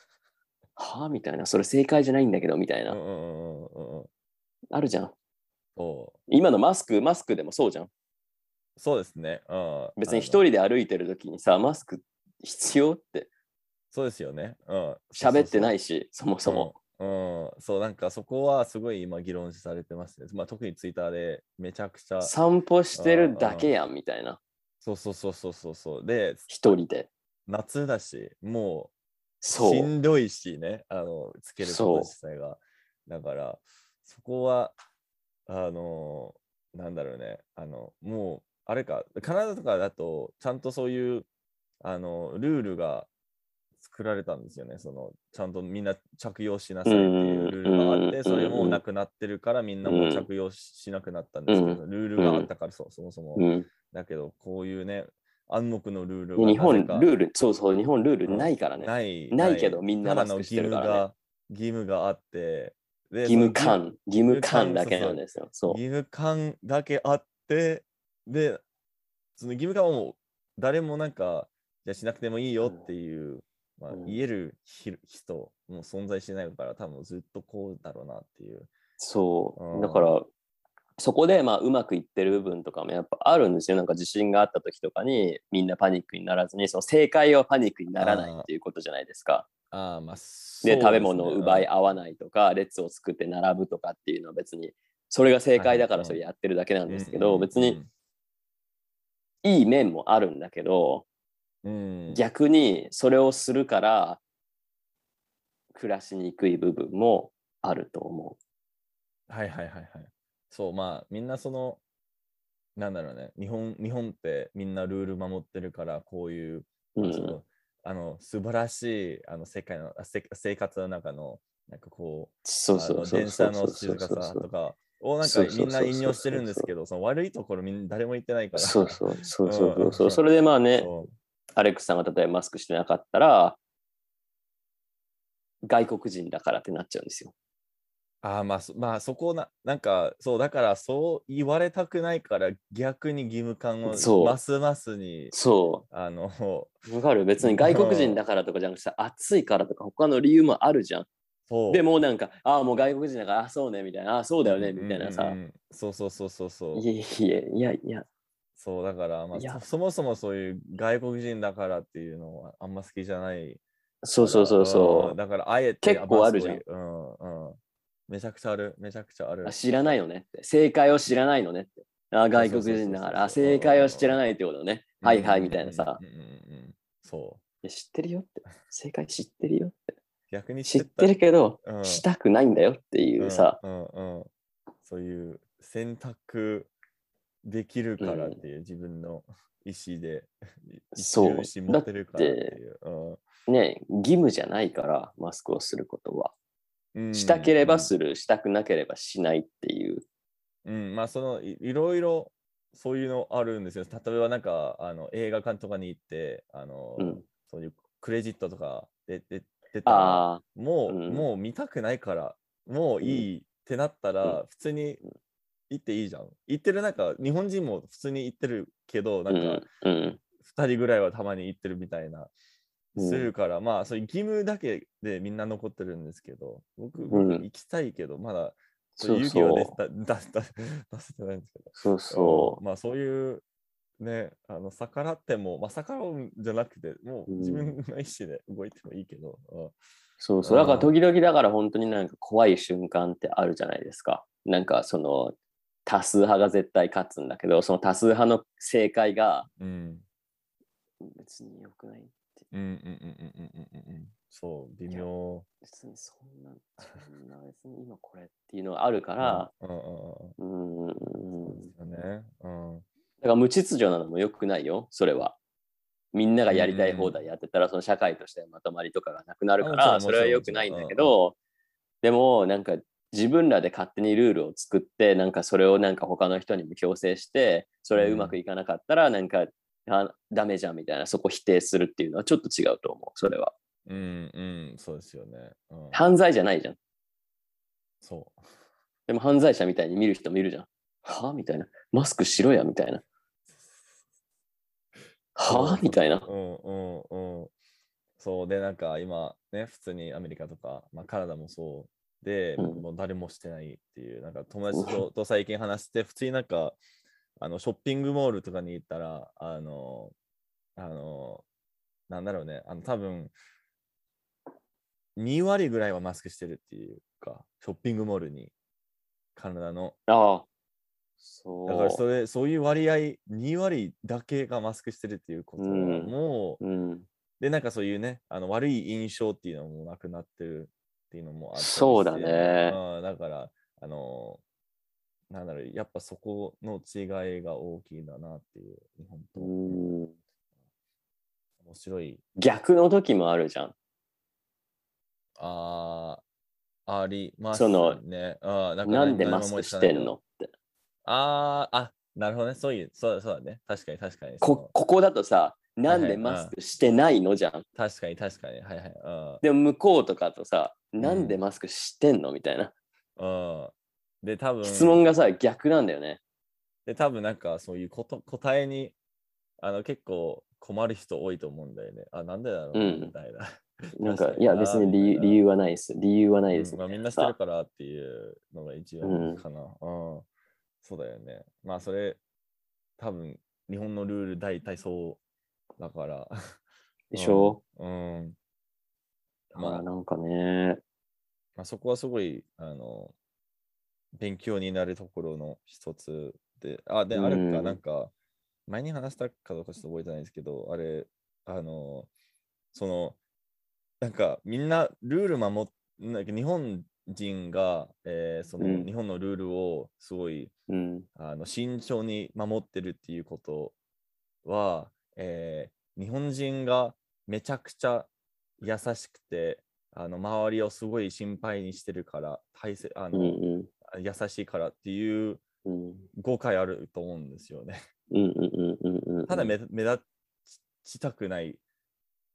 Speaker 2: はあみたいなそれ正解じゃないんだけどみたいな、
Speaker 1: うんうんうんうん。
Speaker 2: あるじゃん
Speaker 1: そ
Speaker 2: 今のマスクマスクでもそうじゃん
Speaker 1: うそうですね。うん、
Speaker 2: 別に一
Speaker 1: あの
Speaker 2: 人で歩いてる時にさマスク必要って
Speaker 1: そうですよね。うん。。
Speaker 2: 喋ってないいしそもそも、
Speaker 1: うん、うんそうなんかそこはすごい今議論されてますね。まあ特にツイッターでめちゃくちゃ
Speaker 2: 散歩してるだけやんみたいな
Speaker 1: そうそうそうそうそうそうで
Speaker 2: 一人で
Speaker 1: 夏だしもう
Speaker 2: そ
Speaker 1: し
Speaker 2: うん
Speaker 1: どいしねあのつけること自体がだからそこはあのなんだろうねあのもうあれかカナダとかだとちゃんとそういうあのルールが作られたんですよねそのちゃんとみんな着用しなさいっていうルールがあっ
Speaker 2: うん
Speaker 1: てそれもうなくなってるからみんなもう着用ししなくなったんですけどルールがあったからそうそもそも
Speaker 2: うん、
Speaker 1: だけどこういうね暗黙のルールが
Speaker 2: 日本
Speaker 1: な
Speaker 2: ル
Speaker 1: ぜか
Speaker 2: ールそうそう日本ルールないからね、
Speaker 1: ない
Speaker 2: ないけどみん
Speaker 1: た
Speaker 2: な
Speaker 1: だ
Speaker 2: マス
Speaker 1: の
Speaker 2: ク
Speaker 1: 義
Speaker 2: してる
Speaker 1: 務
Speaker 2: からね
Speaker 1: が義務があってで
Speaker 2: 義務
Speaker 1: その
Speaker 2: 感義務感だけなんですよそう
Speaker 1: 義務感だけあってでその義務感をもう誰もなんかじゃあしなくてもいいよっていう、まあ
Speaker 2: うん、
Speaker 1: 言えるひ人もう存在しないから多分ずっとこうだろうなっていう
Speaker 2: そう、
Speaker 1: うん
Speaker 2: だからそこでまあうまくいってる部分とかもやっぱあるんですよなんか地震があった時とかにみんなパニックにならずにその正解はパニックにならないっていうことじゃないですか
Speaker 1: ああまあ
Speaker 2: で食べ物を奪い
Speaker 1: 合
Speaker 2: 合わないとか列を作って並ぶとかっていうのは別にそれが正解だか
Speaker 1: はいは
Speaker 2: ら
Speaker 1: い
Speaker 2: それやってるだけなんですけど別にいい面もあるんだけど
Speaker 1: うん
Speaker 2: 逆にそれをするから暮らしにくい部分もあると思
Speaker 1: はいはいはいはい。そう、まあ、みんなその、なんだろうね、日本、日本ってみんなルール守ってるから、こういう、
Speaker 2: う。うん
Speaker 1: そのあの素晴らしいあの世界のあせ生活の中の、なんかこう、
Speaker 2: そう
Speaker 1: あ
Speaker 2: そう
Speaker 1: の
Speaker 2: そう
Speaker 1: 電
Speaker 2: そ
Speaker 1: 車
Speaker 2: うそ
Speaker 1: の
Speaker 2: うそ
Speaker 1: 静
Speaker 2: う
Speaker 1: か
Speaker 2: そう
Speaker 1: さとかをなんか
Speaker 2: そうそうそ
Speaker 1: み
Speaker 2: うそうん
Speaker 1: な引用してるんですけど、その悪いところみん誰も言ってないから。
Speaker 2: そうそうそうそうそうそううんそれでまあね
Speaker 1: そ
Speaker 2: アレックスさんが例えばマスクしてなかったら外国人だからってなっちゃうんですよ
Speaker 1: うああまあそまあそこななんかそうだからそう言われたくないから逆に義務感を
Speaker 2: そう
Speaker 1: ますますに
Speaker 2: そ
Speaker 1: あの
Speaker 2: うわかる別に外国人だからとかじゃなくてさ暑いからとか他の理由もあるじゃん
Speaker 1: そう
Speaker 2: でもうなんかああもう外国人だからあそうねみたいなああそうだよねみたいな
Speaker 1: うんう
Speaker 2: さ
Speaker 1: んうんうんそうそうそうそうそう
Speaker 2: いやいやいやいや
Speaker 1: そうだから、まあ
Speaker 2: いや
Speaker 1: そ、そもそもそういう外国人だからっていうのはあんま好きじゃない
Speaker 2: そうそうそう
Speaker 1: うん
Speaker 2: そ
Speaker 1: だからあえて
Speaker 2: 結構あるじゃん
Speaker 1: まそういううんうんめちゃくちゃあるめちゃくちゃある
Speaker 2: うあ知らないのねって正解を知らないのねってああ外国人だからあ正解を知らないってことね
Speaker 1: うんうん
Speaker 2: は
Speaker 1: うん
Speaker 2: いはいみたいなさ
Speaker 1: うんうんうんうんそ
Speaker 2: いや知ってるよって正解知ってるよって
Speaker 1: う逆に
Speaker 2: 知ってるけど、
Speaker 1: うん
Speaker 2: したくないんだよって
Speaker 1: け
Speaker 2: いうさ、
Speaker 1: うんうんうんそういう選択できるからっていう、自分の意思で
Speaker 2: そう
Speaker 1: 自由意志持ってるからっていう
Speaker 2: ね義務じゃないからマスクをすること
Speaker 1: うんう
Speaker 2: は、
Speaker 1: ん
Speaker 2: したければするしたくなければしないっていう
Speaker 1: うん、まあそのいいろいろそういうのあるんですよ。例えばなんかあの映画館とかに行ってあの、
Speaker 2: うん
Speaker 1: そういうクレジットとかでで出たら
Speaker 2: ああ
Speaker 1: もう、
Speaker 2: うん
Speaker 1: もう見たくないからもういいってなったら、
Speaker 2: う
Speaker 1: 普通に行っていいじゃん。行ってるなんか日本人も普通に行ってるけどな
Speaker 2: うんん
Speaker 1: か
Speaker 2: うん
Speaker 1: 2人ぐらいはたまに行ってるみたいな。
Speaker 2: うん
Speaker 1: するから、まあそういう義務だけでみんな残ってるんですけど僕
Speaker 2: う
Speaker 1: 僕
Speaker 2: ん
Speaker 1: 行きたいけどまだ
Speaker 2: そう
Speaker 1: 勇気は出
Speaker 2: そ
Speaker 1: せた出出出せてないんですけど
Speaker 2: う。そうそう。
Speaker 1: まあそういうねあの逆らっても、まあ、逆らうんじゃなくてもう
Speaker 2: うん
Speaker 1: 自分の意思で動いてもいいけど、うん
Speaker 2: そうそう。だから時々だから本当になんか怖い瞬間ってあるじゃないですか。なんかその多数派が絶対勝つんだけど、その多数派の正解が
Speaker 1: うん
Speaker 2: 別に良くない。
Speaker 1: うんうんうんうんうんうんうんそう微妙
Speaker 2: 別にそんな、そんな別に今これっていうのがあるから、
Speaker 1: うんうんうんうん
Speaker 2: うん。だ
Speaker 1: そうですよねうん
Speaker 2: から無秩序なのも良くないよ、それは。みんながやりたい放題やってたら、その社会としてのまとまりとかがなくなるか
Speaker 1: あ
Speaker 2: ら、
Speaker 1: もちろん
Speaker 2: それは良くないんだけど、でもなんか自分らで勝手にルールを作って、なんかそれをなんか他の人にも強制して、それうまくいかなかったら、なんか、あダメじゃんみたいな、そこ否定するっていうのはちょっと違うと思う、それは。
Speaker 1: うんうんそうですよね、うん、
Speaker 2: 犯罪じゃないじゃん。
Speaker 1: そう
Speaker 2: でも犯罪者みたいに見る人もいるじゃん。はみたいな。マスクしろやみたいな。はみたいな。
Speaker 1: うんうんうん。そうで、なんか今ね、普通にアメリカとか、まあ、カナダもそうで、
Speaker 2: うん
Speaker 1: 僕も誰もしてないっていう、なんか友達とと最近話して、普通になんか、あのショッピングモールとかに行ったら、あの、あの、なんだろうね、あの多分2割ぐらいはマスクしてるっていうか、ショッピングモールに、カナダの。
Speaker 2: ああ。そう。
Speaker 1: だからそれ、そういう割合、2割だけがマスクしてるっていうことは、
Speaker 2: うん
Speaker 1: もう、
Speaker 2: うん、
Speaker 1: で、なんかそういうね、あの悪い印象っていうのもなくなってるっていうのもあったりして
Speaker 2: そうだね
Speaker 1: うんだから、あのーなんだろう、やっぱそこの違いが大きいんだなっていう、日本と
Speaker 2: う
Speaker 1: 面
Speaker 2: ん。
Speaker 1: 白い、
Speaker 2: 逆の時もあるじゃん。
Speaker 1: あーあります
Speaker 2: その
Speaker 1: ね。あーな
Speaker 2: なんで
Speaker 1: 何
Speaker 2: マ
Speaker 1: も
Speaker 2: ス
Speaker 1: 思い
Speaker 2: ク
Speaker 1: つか
Speaker 2: し
Speaker 1: ない
Speaker 2: て
Speaker 1: けど
Speaker 2: んのって。
Speaker 1: あーあ、なるほどね、そういう、そうだそうだね、確かに確かに。そ
Speaker 2: こ
Speaker 1: の
Speaker 2: ここだとさ、な
Speaker 1: はい
Speaker 2: ん
Speaker 1: は
Speaker 2: で
Speaker 1: い
Speaker 2: マスクしてないのじゃん。
Speaker 1: 確かに確かに、はいはい。うん
Speaker 2: でも向こうとかとさ、なんで
Speaker 1: うん
Speaker 2: マスクしてんのみたいな。
Speaker 1: うん、で、多分
Speaker 2: 質問がさ、逆なんだよね。
Speaker 1: で、多分なんかそういうこと答えにあの結構困る人多いと思うんだよね。あ、なんでだろう、
Speaker 2: うん
Speaker 1: みたいな。
Speaker 2: なんか
Speaker 1: 確、かに
Speaker 2: いや別に理由
Speaker 1: あー
Speaker 2: 理由はないです。理由はないです
Speaker 1: うんまあ、
Speaker 2: みた
Speaker 1: み
Speaker 2: いなさ。
Speaker 1: んなしてるからっていうのが一
Speaker 2: う
Speaker 1: 応
Speaker 2: ん
Speaker 1: かな、うんそうだよね。まあそれ多分日本のルール大体そうだから。
Speaker 2: でしょ、
Speaker 1: うん、うん
Speaker 2: だか
Speaker 1: まあ
Speaker 2: らなんかね、
Speaker 1: まあ、そこはすごい、あの、勉強になるところの一つで、あ、で、あれ
Speaker 2: う
Speaker 1: か、
Speaker 2: ん
Speaker 1: なんか、前に話したかどうかちょっと覚えてないんですけど、あれ、あの、その、なんか、みんなルール守っ、なんか日本人が、えーその、
Speaker 2: うん
Speaker 1: 日本のルールをすごい、
Speaker 2: うん、
Speaker 1: あの慎重に守ってるっていうことは、えー日本人がめちゃくちゃ優しくてあの周りをすごい心配にしてるから大切あ
Speaker 2: う
Speaker 1: の、
Speaker 2: んうん
Speaker 1: 優しいからっていう
Speaker 2: うん
Speaker 1: 誤解あると思うんですよね。
Speaker 2: うんうんうんうんうん
Speaker 1: ただ目目立ちたくない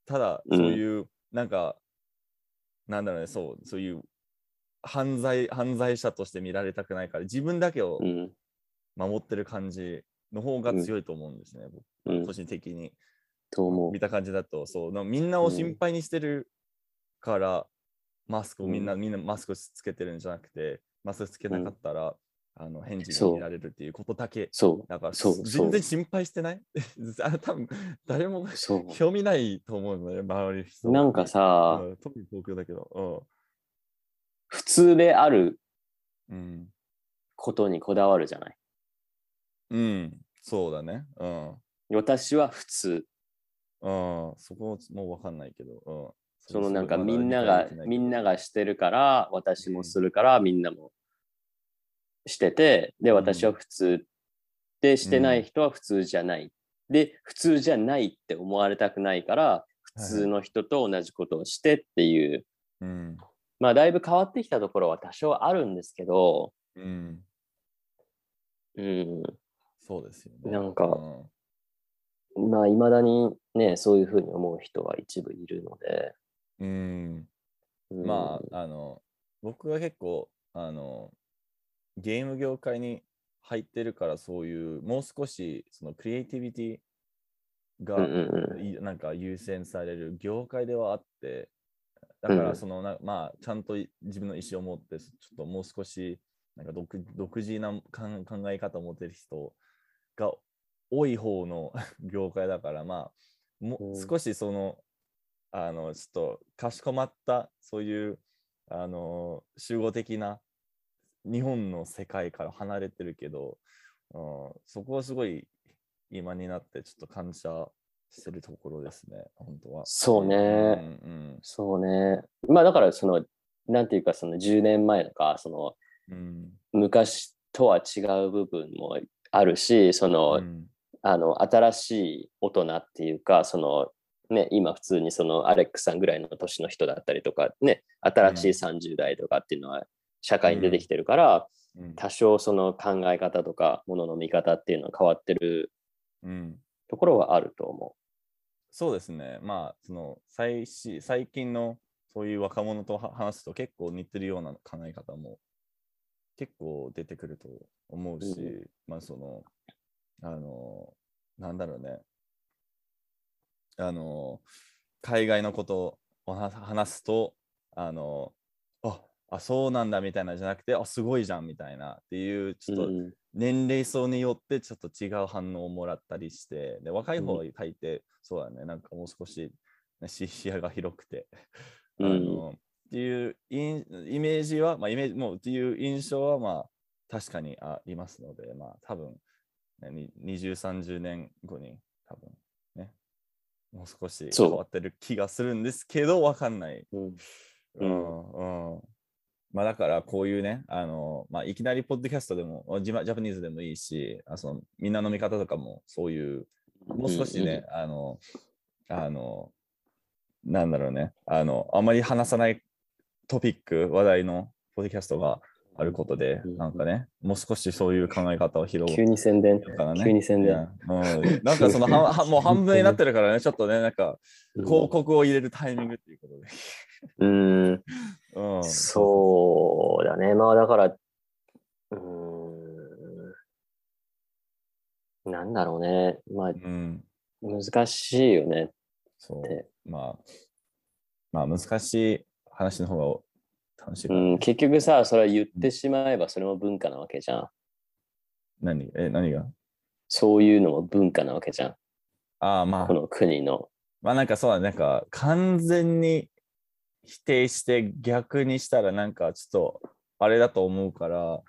Speaker 1: ただそういう、なんかなんだろうねそうそういう犯罪犯罪者として見られたくないから自分だけを
Speaker 2: うん
Speaker 1: 守ってる感じの方が
Speaker 2: うん
Speaker 1: 強いと思うんですね、僕
Speaker 2: うん
Speaker 1: 個人的に
Speaker 2: と思う
Speaker 1: 見た感じだとそうなみんなを心配にしてるから、マスクをみんな、みんなマスクつけてるんじゃなくてマスクつけなかったら、あの変人
Speaker 2: そう
Speaker 1: に見られるっていうことだけ
Speaker 2: そ
Speaker 1: だから
Speaker 2: そうそう
Speaker 1: 全然心配してない あの多分誰も
Speaker 2: うそ
Speaker 1: 興味ないと思うので周りの人
Speaker 2: うなんかさ、
Speaker 1: うん特に東京だけど
Speaker 2: 普通である
Speaker 1: うん
Speaker 2: ことにこだわるじゃない
Speaker 1: うん、うん、そうだねうん
Speaker 2: 私は普通
Speaker 1: うん、そこもう分かんないけど、うん、
Speaker 2: そのなんかみんながみんな
Speaker 1: が、
Speaker 2: がしてるから私もするからみんなもしててで私は普通でしてない人は普通じゃないで普通じゃないって思われたくないから普通の人と同じことをしてっていう
Speaker 1: うん
Speaker 2: まあだいぶ変わってきたところは多少あるんですけど
Speaker 1: うん、
Speaker 2: うん
Speaker 1: そうですよね。
Speaker 2: なんか
Speaker 1: うん
Speaker 2: まあいまだにねそういうふうに思う人は一部いるので、
Speaker 1: うん、
Speaker 2: うん
Speaker 1: まあ、あの、僕が結構、あの、ゲーム業界に入ってるから、そういう、もう少し、その、クリエイティビティが、
Speaker 2: うんうんうん
Speaker 1: い なんか優先される業界ではあってだか
Speaker 2: う
Speaker 1: ら
Speaker 2: ん
Speaker 1: そのな、まあちゃんとい自分の意思を持ってそちょっともう少しなんか独独自なかん考え方を持てる人が多い方の 業界だから、まあ、も
Speaker 2: うん
Speaker 1: 少しその、あの、ちょっとかしこまった、そういう、あの、集合的な日本の世界から離れてるけど、うん、そこはすごい今になってちょっと感謝してるところですね、本当は。
Speaker 2: そうね。
Speaker 1: うん
Speaker 2: そうね。まあだからその、なんていうかその10年前とか、その
Speaker 1: うんうん
Speaker 2: 昔とは違う部分もあるし、そ
Speaker 1: う
Speaker 2: の、
Speaker 1: ん
Speaker 2: あの新しい大人っていうかそのね今普通にそのアレックさんぐらいの年の人だったりとかね新しい30代とかっていうのは社会に出てきてるから、
Speaker 1: うん
Speaker 2: 多少その考え方とかものの見方っていうのは変わってる
Speaker 1: うん
Speaker 2: ところはあると思
Speaker 1: そうですね。まあ、その最し最近のそういう若者とは話すと結構似てるような考え方も結構出てくると思うし、
Speaker 2: う
Speaker 1: まあ、その、あの、なんだろうね。あの、海外のことを話話すと、あの、ああ、そうなんだみたいなじゃなくて、あ、すごいじゃんみたいなっていう、ち
Speaker 2: う。
Speaker 1: ょっと
Speaker 2: うん
Speaker 1: 年齢層によってちょっと違う反応をもらったりして、で若い方
Speaker 2: うん
Speaker 1: は大抵、そうだね、なんかもう少し、ね、視視野が広くて。あ
Speaker 2: うん
Speaker 1: のっていうインイメージは、まあ、イメージもうっていう印象は、まあ、確かにありますので、まあ、多分ねに20、30年後に、多分ね、もう少し
Speaker 2: そう
Speaker 1: 変わってる気がするんですけど、わかんない
Speaker 2: うん
Speaker 1: うんうんまあだからこういうね、あのまあ、いきなりポッドキャストでもジマジャパニーズでもいいしあそのみんなの見方とかもそういうもう少しね、あのあのなんだろうねあのあまり話さないトピック話題のポッドキャストがあることで、
Speaker 2: うん
Speaker 1: なんかねもう少しそういう考え方を広
Speaker 2: 急
Speaker 1: げ
Speaker 2: に宣伝
Speaker 1: るからね
Speaker 2: 急に宣
Speaker 1: い
Speaker 2: 伝
Speaker 1: やうんなんかそのははもう半分になってるからねちょっとねなんか広告を入れるタイミングっていうことで
Speaker 2: うん
Speaker 1: うん
Speaker 2: そうだね。まあだから、うーん、なんだろうね。まあ
Speaker 1: う。うん。
Speaker 2: 難しいよね。
Speaker 1: そ
Speaker 2: で
Speaker 1: う。まあ、まあ難しい話の方が楽しいか
Speaker 2: う
Speaker 1: ら。
Speaker 2: ん、結局さ、それは言ってしまえばそれも文化なわけじゃん。
Speaker 1: 何え、何が
Speaker 2: そういうのも文化なわけじゃん。
Speaker 1: ああ、まあ
Speaker 2: こ、の国の。
Speaker 1: まあなんかそうだね、なんか完全に否定して逆にしたらなんかちょっとあれだと思うから、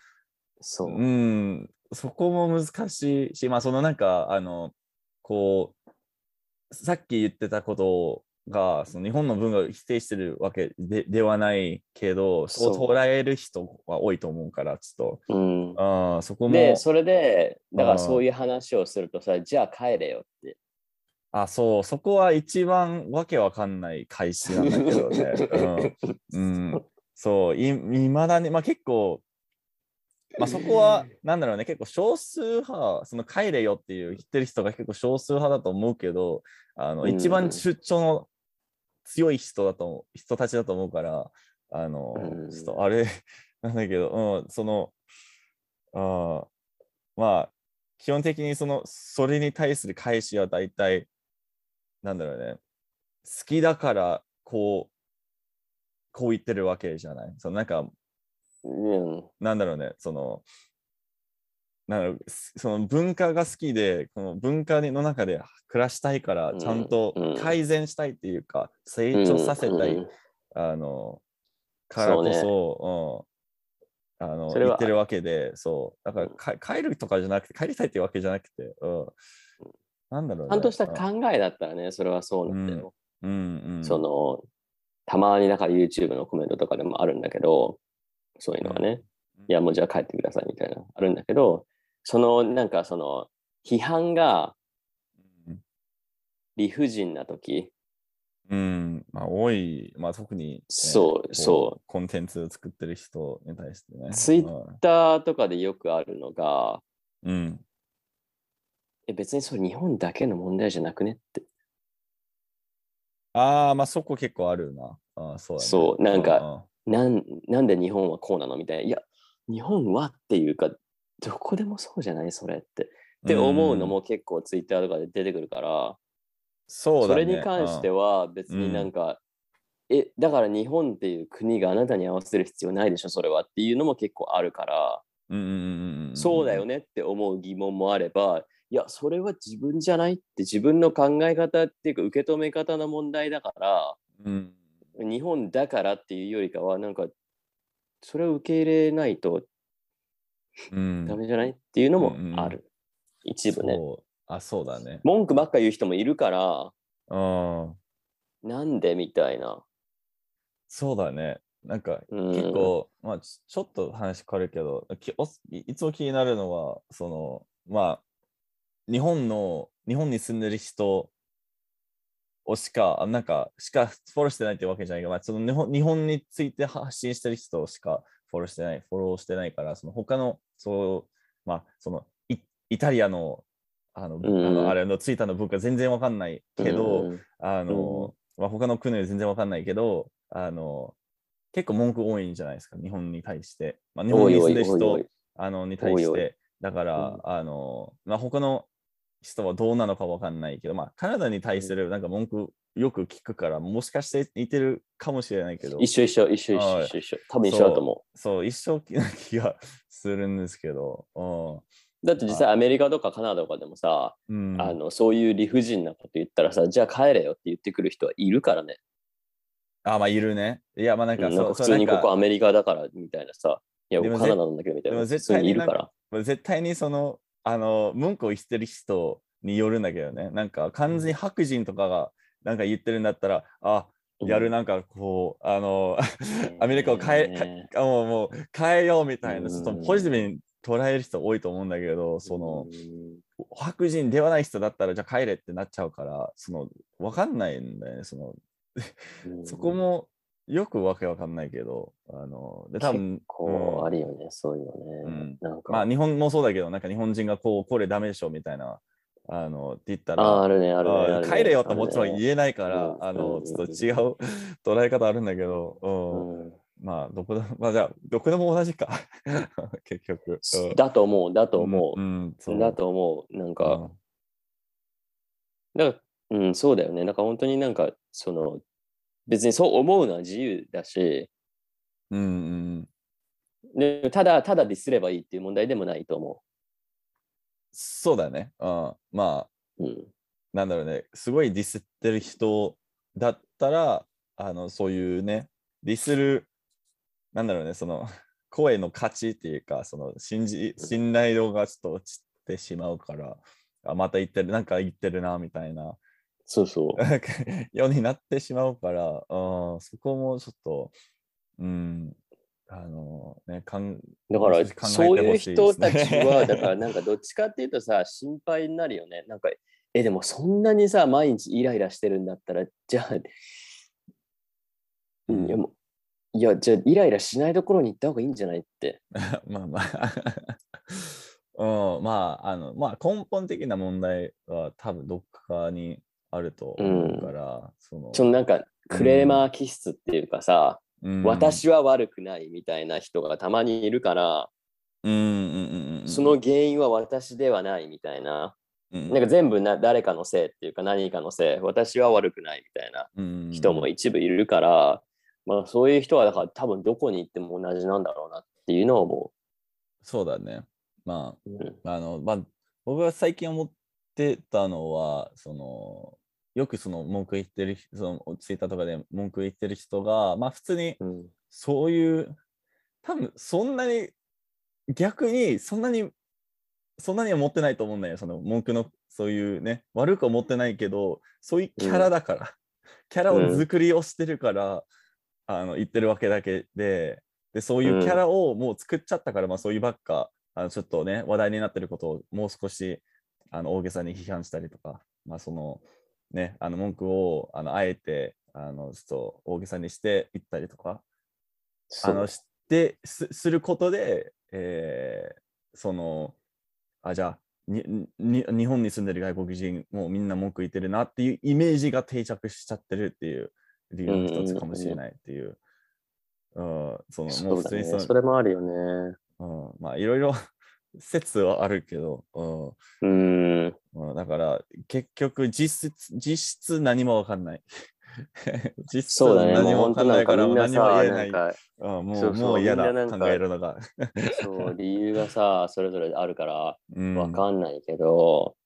Speaker 2: そうう。
Speaker 1: ん、そこも難しいし、まあそのなんか、あの、こう、さっき言ってたことが、その日本の文化を否定してるわけでではないけど、そう
Speaker 2: そう
Speaker 1: 捉える人は多いと思うから、ちょっ
Speaker 2: うん
Speaker 1: と、、ああ、そこも、
Speaker 2: で、それで、だか
Speaker 1: あ
Speaker 2: ら
Speaker 1: ー
Speaker 2: そういう話をするとさ、じゃあ帰れよって。
Speaker 1: あ、そう、そこは一番わけわかんない開始なんだけどね。 うんうん、そう、いまだに、まあ結構、まあそこは、なんだろうね、結構少数派、その帰れよっていう言ってる人が結構少数派だと思うけど、あの、
Speaker 2: うん
Speaker 1: 一番出張の強い人だと、人たちだと思うから、あの
Speaker 2: うん、
Speaker 1: ちょっとあれ なんだけど、うん、その、あーまあ、基本的にその、それに対する返しは大体、なんだろうね、好きだから、こう、こう言ってるわけじゃない。そのなんか、
Speaker 2: うん、
Speaker 1: なんだろうね、その、なんだろうすその文化が好きで、この文化の中で暮らしたいから
Speaker 2: う、ん
Speaker 1: ちゃんと
Speaker 2: うん
Speaker 1: 改善したいっていうか、成長させたい、
Speaker 2: うんうん
Speaker 1: あの、からこそ、うん、あの、
Speaker 2: それは
Speaker 1: 言ってるわけで、そう、だからか帰るとかじゃなくて、帰りたいってわけじゃなくて、うん、なんだろうね。
Speaker 2: ちゃんとした
Speaker 1: うん
Speaker 2: 考えだったらね、それはそうなんだよ。
Speaker 1: うんうん、
Speaker 2: そのたまにだから YouTube のコメントとかでもあるんだけどそういうのはね、
Speaker 1: うん
Speaker 2: いやもうじゃあ帰ってくださいみたいなあるんだけどそのなんかその批判が
Speaker 1: うん、
Speaker 2: 理不尽な時
Speaker 1: うん、まあ多い、まあ特にね、
Speaker 2: そうそう
Speaker 1: うコンテンツを作ってる人に対してね。
Speaker 2: ツイッターとかでよくあるのが
Speaker 1: うんうん。
Speaker 2: え別にそれ日本だけの問題じゃなくねって
Speaker 1: ああ、まあそこ結構あるな。あーそうだね
Speaker 2: そうなんか
Speaker 1: うんうん
Speaker 2: なんなんで日本はこうなのみたいないや日本はっていうかどこでもそうじゃないそれってって思うのも結構ツイッターとかで出てくるから、
Speaker 1: そう
Speaker 2: そ
Speaker 1: だ、ね、
Speaker 2: れに関して
Speaker 1: は、
Speaker 2: は別になんか、えだから日本っていう国があなたに合わせる必要ないでしょそれはっていうのも結構あるから
Speaker 1: うんうんうんん
Speaker 2: そうだよ。ねって思う疑問もあれば、いや、それは自分じゃないって自分の考え方っていうか受け止め方の問題だから、
Speaker 1: うん。
Speaker 2: 日本だからっていうよりかは、なんか、それを受け入れないと
Speaker 1: うん。
Speaker 2: ダメじゃないっていうのもある。一部ね。
Speaker 1: そうあ、そうだね。
Speaker 2: 文句ばっか言う人もいるから、
Speaker 1: うん。
Speaker 2: なんでみたいな。
Speaker 1: そうだね。なんか、
Speaker 2: うん
Speaker 1: 結構、まあち、ちょっと話変わるけど、きおいいつも気になるのは、その、まあ、日本の、日本に住んでる人をしか、あなんか、しかフォローしてないってわけじゃないけど、まあ、その日本日本について発信してる人しかフォローしてない、フォローしてないから、その他の、そう、まあ、その、イイタリアの、あの、あ
Speaker 2: うんうん
Speaker 1: のあれのツイッターの文化全然わかんないけど、
Speaker 2: うん
Speaker 1: あの、まあ、他の国より全然わかんないけど、あの、結構文句多いんじゃないですか、日本に対して。まあ、日本に住んでる人
Speaker 2: おいおいおいおい
Speaker 1: あのに対して、
Speaker 2: おいお
Speaker 1: だから、
Speaker 2: うん
Speaker 1: あの、まあ、他の人はどうなのかわかんないけど、まあ、カナダに対するなんか文句よく聞くから、もしかして似てるかもしれないけど、
Speaker 2: 一緒一緒、一緒一緒
Speaker 1: はい
Speaker 2: 一緒一緒。多分一緒だと思
Speaker 1: そう、一生気な気がするんですけど、
Speaker 2: う。だって実際アメリカとかカナダとかでもさ、
Speaker 1: うん。うん、
Speaker 2: あのそういう理不尽なこと言ったらさ、じゃあ帰れよって言ってくる人はいるからね。
Speaker 1: あ、まあ、いるね。いや、まあ、なんか、
Speaker 2: うん
Speaker 1: そ
Speaker 2: な
Speaker 1: うん
Speaker 2: か普
Speaker 1: そう
Speaker 2: 通に
Speaker 1: なん
Speaker 2: こ
Speaker 1: か
Speaker 2: こアメリカだからみたいなさ、いや、
Speaker 1: でも
Speaker 2: 僕カナダなんだけどみたい
Speaker 1: で
Speaker 2: な。
Speaker 1: も
Speaker 2: 普
Speaker 1: 絶
Speaker 2: 通
Speaker 1: 対
Speaker 2: に
Speaker 1: に
Speaker 2: いるから。
Speaker 1: まあ絶対にその、あの、文句を言ってる人によるんだけどね、なんか完全に白人とかがなんか言ってるんだったら、あ、やるなんかこう、あの、 アメリカを変え
Speaker 2: え、
Speaker 1: あもうもう変えようみたいな、ちょっと
Speaker 2: うん
Speaker 1: ポジティブに捉える人多いと思うんだけど、その
Speaker 2: う、ん
Speaker 1: 白人ではない人だったら、じゃあ帰れってなっちゃうから、その、わかんないんだよね、その、そこ、もよくわけわかんないけど、あの、で、多分、
Speaker 2: こ
Speaker 1: うん
Speaker 2: う、あるよね、そういうのね。なんか、
Speaker 1: まあ日本もそうだけど、なんか日本人がこう、これダメでしょみたいな、あの、って言ったら、
Speaker 2: あーあるね、あるね
Speaker 1: あー
Speaker 2: あるね。
Speaker 1: 帰れよともちろん
Speaker 2: え
Speaker 1: 言えないから、
Speaker 2: うん
Speaker 1: あ
Speaker 2: う
Speaker 1: の、
Speaker 2: ん
Speaker 1: ちょっと違う捉え方あるんだけど、うんまあ、どこでも、まあじゃあ、どこでも同じか、 結局。うん
Speaker 2: だと思う、だと思。
Speaker 1: うんうん、そうう
Speaker 2: だと思う。なん
Speaker 1: う
Speaker 2: か
Speaker 1: ん、
Speaker 2: だからうん、そうだよね。なんか本当になんか、その、別にそう思うのは自由だし、
Speaker 1: うんうん、
Speaker 2: でただ、ただディスればいいっていう問題でもないと思
Speaker 1: そうだね。うん、まあ、
Speaker 2: う。うん。
Speaker 1: なんだろうね、すごいディスってる人だったら、あの、そういうね、ディスる、なんだろうね、その、 声の価値っていうか、その、信じ、信頼度がちょっと落ちてしまうから、あ、また言ってる、なんか言ってるな、みたいな、
Speaker 2: そうそう。
Speaker 1: なんかようになってしまうから、うん、そこもちょっと、うん、あの、ね、かん、
Speaker 2: だから
Speaker 1: もう少し考えて、ほしい
Speaker 2: そういう人たち
Speaker 1: ですね
Speaker 2: は、だから、なんか、どっちかっていうとさ、心配になるよね。なんか、え、でも、そんなにさ、毎日イライラしてるんだったら、じゃあ、うん、いや、もういやじゃあ、イライラしないところに行った方がいいんじゃないって。
Speaker 1: まあ まあ、うん、まあ、あの、まあ根本的な問題は多分どっかにあると思うから、その、
Speaker 2: そのなんか、クレーマー気質っていうかさ、
Speaker 1: うん、
Speaker 2: 私は悪くないみたいな人がたまにいるから、
Speaker 1: うんうんうんうん、
Speaker 2: その原因は私ではないみたいな、
Speaker 1: うん、
Speaker 2: なんか全部な誰かのせいっていうか、何かのせい、私は悪くないみたいな。
Speaker 1: うん
Speaker 2: 人も一部いるから、まあ、そういう人はだから多分どこに行っても同じなんだろうなっていうのを思
Speaker 1: そうだね。ま
Speaker 2: う。うん
Speaker 1: あ、あの、まあ、僕が最近思ってたのは、その、よくその文句言ってる人、そのツイッターとかで文句言ってる人が、まあ普通に
Speaker 2: うん
Speaker 1: そういう、多分そんなに、逆にそんなに、そんなには持ってないと思うんだよ。その文句の、そういうね、悪くは持ってないけど、そういうキャラだから、キャラを作りをしてるから、あの言ってるわけだけで、で、そういうキャラをもう作っちゃったから、まあそういうばっか、あのちょっとね、話題になってることをもう少しあの大げさに批判したりとか、まあその、ね、あの文句をあのあえてあのちょっと大げさにしていったりとか、
Speaker 2: そ
Speaker 1: あ
Speaker 2: う
Speaker 1: のしてすすることで、えーそのあじゃあにに日本に住んでる外国人もうみんな文句言ってるなっていうイメージが定着しちゃってるっていう理由の一つかもしれないっていう。うん、その
Speaker 2: そ
Speaker 1: もう普
Speaker 2: うだ
Speaker 1: 通
Speaker 2: ね
Speaker 1: にその
Speaker 2: それもあるよね。
Speaker 1: うん、まあいろいろ説はあるけど、う
Speaker 2: うん。
Speaker 1: んうん、だから結局実質実質何もわかんない 実質
Speaker 2: そうだね。
Speaker 1: 何
Speaker 2: もう
Speaker 1: も
Speaker 2: 本当
Speaker 1: 考
Speaker 2: な
Speaker 1: え
Speaker 2: ん
Speaker 1: か
Speaker 2: からみんな
Speaker 1: 何も
Speaker 2: さ、
Speaker 1: 言えな。
Speaker 2: ないんか、
Speaker 1: あもう
Speaker 2: そうそう
Speaker 1: もう嫌だ
Speaker 2: みんななんか
Speaker 1: 考えるのが。
Speaker 2: そう、理由がさ、それぞれあるから、
Speaker 1: うん
Speaker 2: わかんないけど、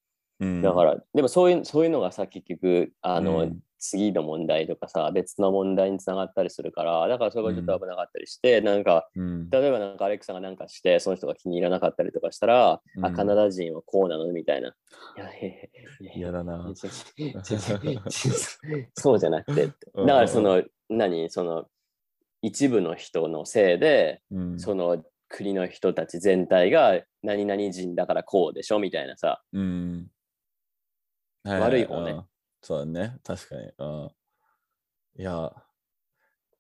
Speaker 1: うん
Speaker 2: だから、でもそういう、そういうのがさ、結局、あの、
Speaker 1: うん
Speaker 2: 次の問題とかさ、別の問題につながったりするから、だからそれがちょっと危なかったりして、なんか、
Speaker 1: うん
Speaker 2: 例えばなんかアレックさんがなんかして、その人が気に入らなかったりとかしたら、
Speaker 1: う
Speaker 2: あ、
Speaker 1: ん
Speaker 2: カナダ人はこうなのみたいな。いやいやいやいや
Speaker 1: 嫌 だな。
Speaker 2: 違う違う違う違うそうじゃなくて。だからその、何その、一部の人のせいで、
Speaker 1: うん、
Speaker 2: その国の人たち全体が何々人だからこうでしょみたいなさ、
Speaker 1: うん。は
Speaker 2: 悪い方ね
Speaker 1: うんそうだね、確かに。うん、いや、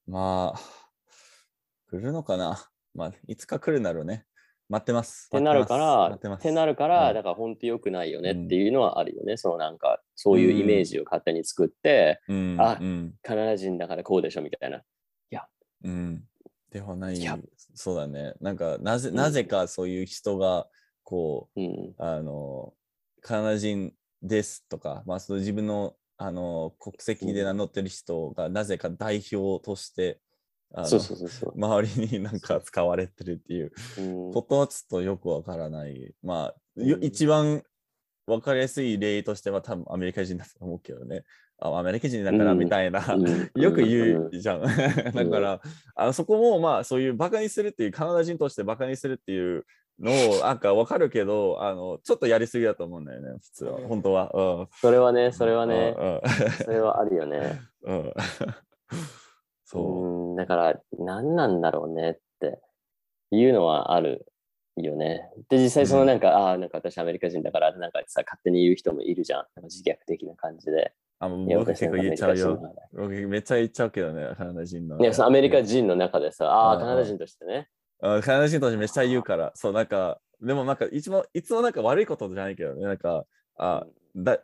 Speaker 1: まあ、来るのかな。まあ、いつか来るなろうね。待ってます。
Speaker 2: ってなるか
Speaker 1: 待
Speaker 2: ら、
Speaker 1: ってま
Speaker 2: っ
Speaker 1: す。
Speaker 2: てな
Speaker 1: る
Speaker 2: るから、
Speaker 1: うん
Speaker 2: だから本当良くないよね
Speaker 1: うん
Speaker 2: っていうのはあるよね。そのなんか、そういうイメージを勝手に作って、
Speaker 1: うん、
Speaker 2: あ
Speaker 1: うん、
Speaker 2: カナダ人だからこうでしょみたいな。
Speaker 1: うん。ではない
Speaker 2: いや
Speaker 1: そうだね。なんか、なぜ、
Speaker 2: うん
Speaker 1: なぜかそういう人が、こ
Speaker 2: うん。
Speaker 1: う、あの、カナダ人ですとか、まあ、その自分の、あの、国籍で名乗ってる人が、なぜか代表として、あの
Speaker 2: そうそうそうそ
Speaker 1: 周りになんか使われてるっていう
Speaker 2: う。うん
Speaker 1: ことはちょっとよくわからない。まあ、よ
Speaker 2: うん
Speaker 1: 一番わかりやすい例としては多分アメリカ人だと思うけどね。あアメリカ人だから
Speaker 2: うん
Speaker 1: みたいな、
Speaker 2: うん
Speaker 1: よく言うじゃん。 だから、あそこもまあそういうバカにするっていう、カナダ人としてバカにするっていうのをなんかわかるけど、あの、ちょっとやりすぎだと思うんだよね、普通は。本当は。うん。
Speaker 2: それはね、それはね、
Speaker 1: う
Speaker 2: それはあるよね。
Speaker 1: ん。うん。うん そう。
Speaker 2: うん、だから、何なんだろうねっていうのはあるよね。で、実際そのなんか、ああ、なんか私アメリカ人だから、なんかさ、勝手に言う人もいるじゃん。なんか自虐的な感じで。
Speaker 1: あ、もう
Speaker 2: いや、
Speaker 1: 僕結
Speaker 2: 私な
Speaker 1: 構
Speaker 2: んかア
Speaker 1: 言
Speaker 2: メ
Speaker 1: っ
Speaker 2: リ
Speaker 1: ちゃ
Speaker 2: カ
Speaker 1: う
Speaker 2: 人
Speaker 1: よ
Speaker 2: だ。から。
Speaker 1: 僕めっちゃ言っちゃうけどね、カナダ人の。
Speaker 2: ね、そのアメリカ
Speaker 1: 人。
Speaker 2: 人の中でさ、
Speaker 1: う
Speaker 2: あ
Speaker 1: ん
Speaker 2: あ、カナダ人としてね。
Speaker 1: カナダ人としてめっちゃ言うから、そう、なんか、でもなんか、いつも、いつもなんか悪いことじゃないけどね、なんか、あ、だ、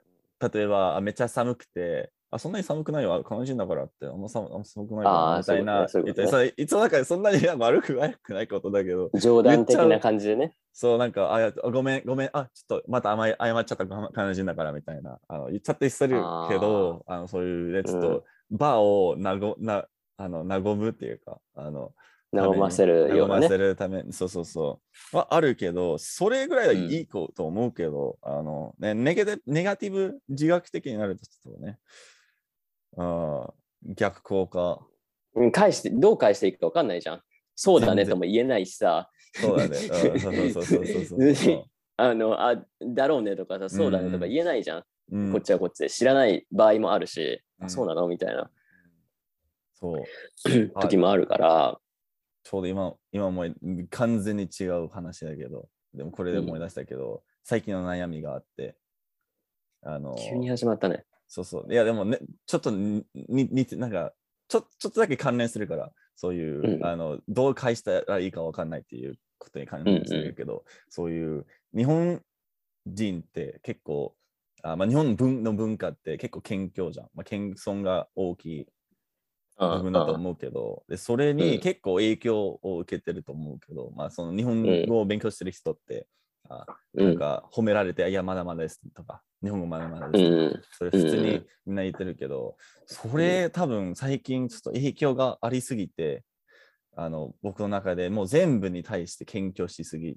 Speaker 1: 例えば、あめっちゃ寒くて、あ、そんなに寒くないわ、カナダ人だからって、あんま寒あんま寒くないわ、
Speaker 2: あー
Speaker 1: みたいな、
Speaker 2: そういうこと
Speaker 1: 言
Speaker 2: ね
Speaker 1: ってそういつもなんか、そんなに悪く、悪くないことだけど、
Speaker 2: 冗談的
Speaker 1: 言っちゃ
Speaker 2: な
Speaker 1: う
Speaker 2: 感じでね。
Speaker 1: そう、なんか、あ、いやごめん、ごめん、あ、ちょっと、また甘い謝っちゃった、カナダ人だから、みたいな、あの言っちゃってするけど、あのそういうね、ちょっと、バーをなご、な、あの、和むっていうか、あの、
Speaker 2: 和ませるような
Speaker 1: 和ま
Speaker 2: ね。
Speaker 1: せるために、そうそうそう。はあるけど、それぐらいはいいこと思うけど、あの、ね、ネガティブ、ネガティブ自覚的になるとちょっとね、あー逆効果。
Speaker 2: うん返して、どう返していくか分かんないじゃん。そうだ
Speaker 1: 全
Speaker 2: ね
Speaker 1: 然
Speaker 2: とも言えないしさ、
Speaker 1: そうだね。うんそうそうそうそうそ うそう。
Speaker 2: あの、あ、だろうねとかさ、そうだねとか言えないじゃん。
Speaker 1: うん
Speaker 2: こっちはこっちで知らない場合もあるし、
Speaker 1: うん
Speaker 2: あそうなのみたいな
Speaker 1: そう。
Speaker 2: 時もあるから、
Speaker 1: ちょうど今、今も完全に違う話だけど、でもこれで思い出したけど、最近の悩みがあって、あの、
Speaker 2: 急に始まったね。
Speaker 1: そうそう。いや、でもね、ちょっとにに似て、なんか、ちょちょっとだけ関連するから、そういう、
Speaker 2: うん
Speaker 1: あの、どう返したらいいかわかんないっていうことに関連するけど、そういう、日本人って結構、あまあ、日本文の文化って結構謙虚じゃん。まあ、謙遜が大きい部分だと
Speaker 2: うん
Speaker 1: 思うけど、でそれ
Speaker 2: う
Speaker 1: に
Speaker 2: ん
Speaker 1: 結構影響を受けてると思うけど、まあ、その日本語を勉強してる人って、あ
Speaker 2: う
Speaker 1: なん
Speaker 2: ん。
Speaker 1: か褒められて、いや、まだまだですとか、日本語まだまだで
Speaker 2: う
Speaker 1: すとか
Speaker 2: ん。
Speaker 1: それ普通
Speaker 2: うんう
Speaker 1: に
Speaker 2: ん
Speaker 1: みんな言ってるけど、それ多分最近ちょっと影響がありすぎて、あの僕の中でもう全部に対して謙虚しすぎ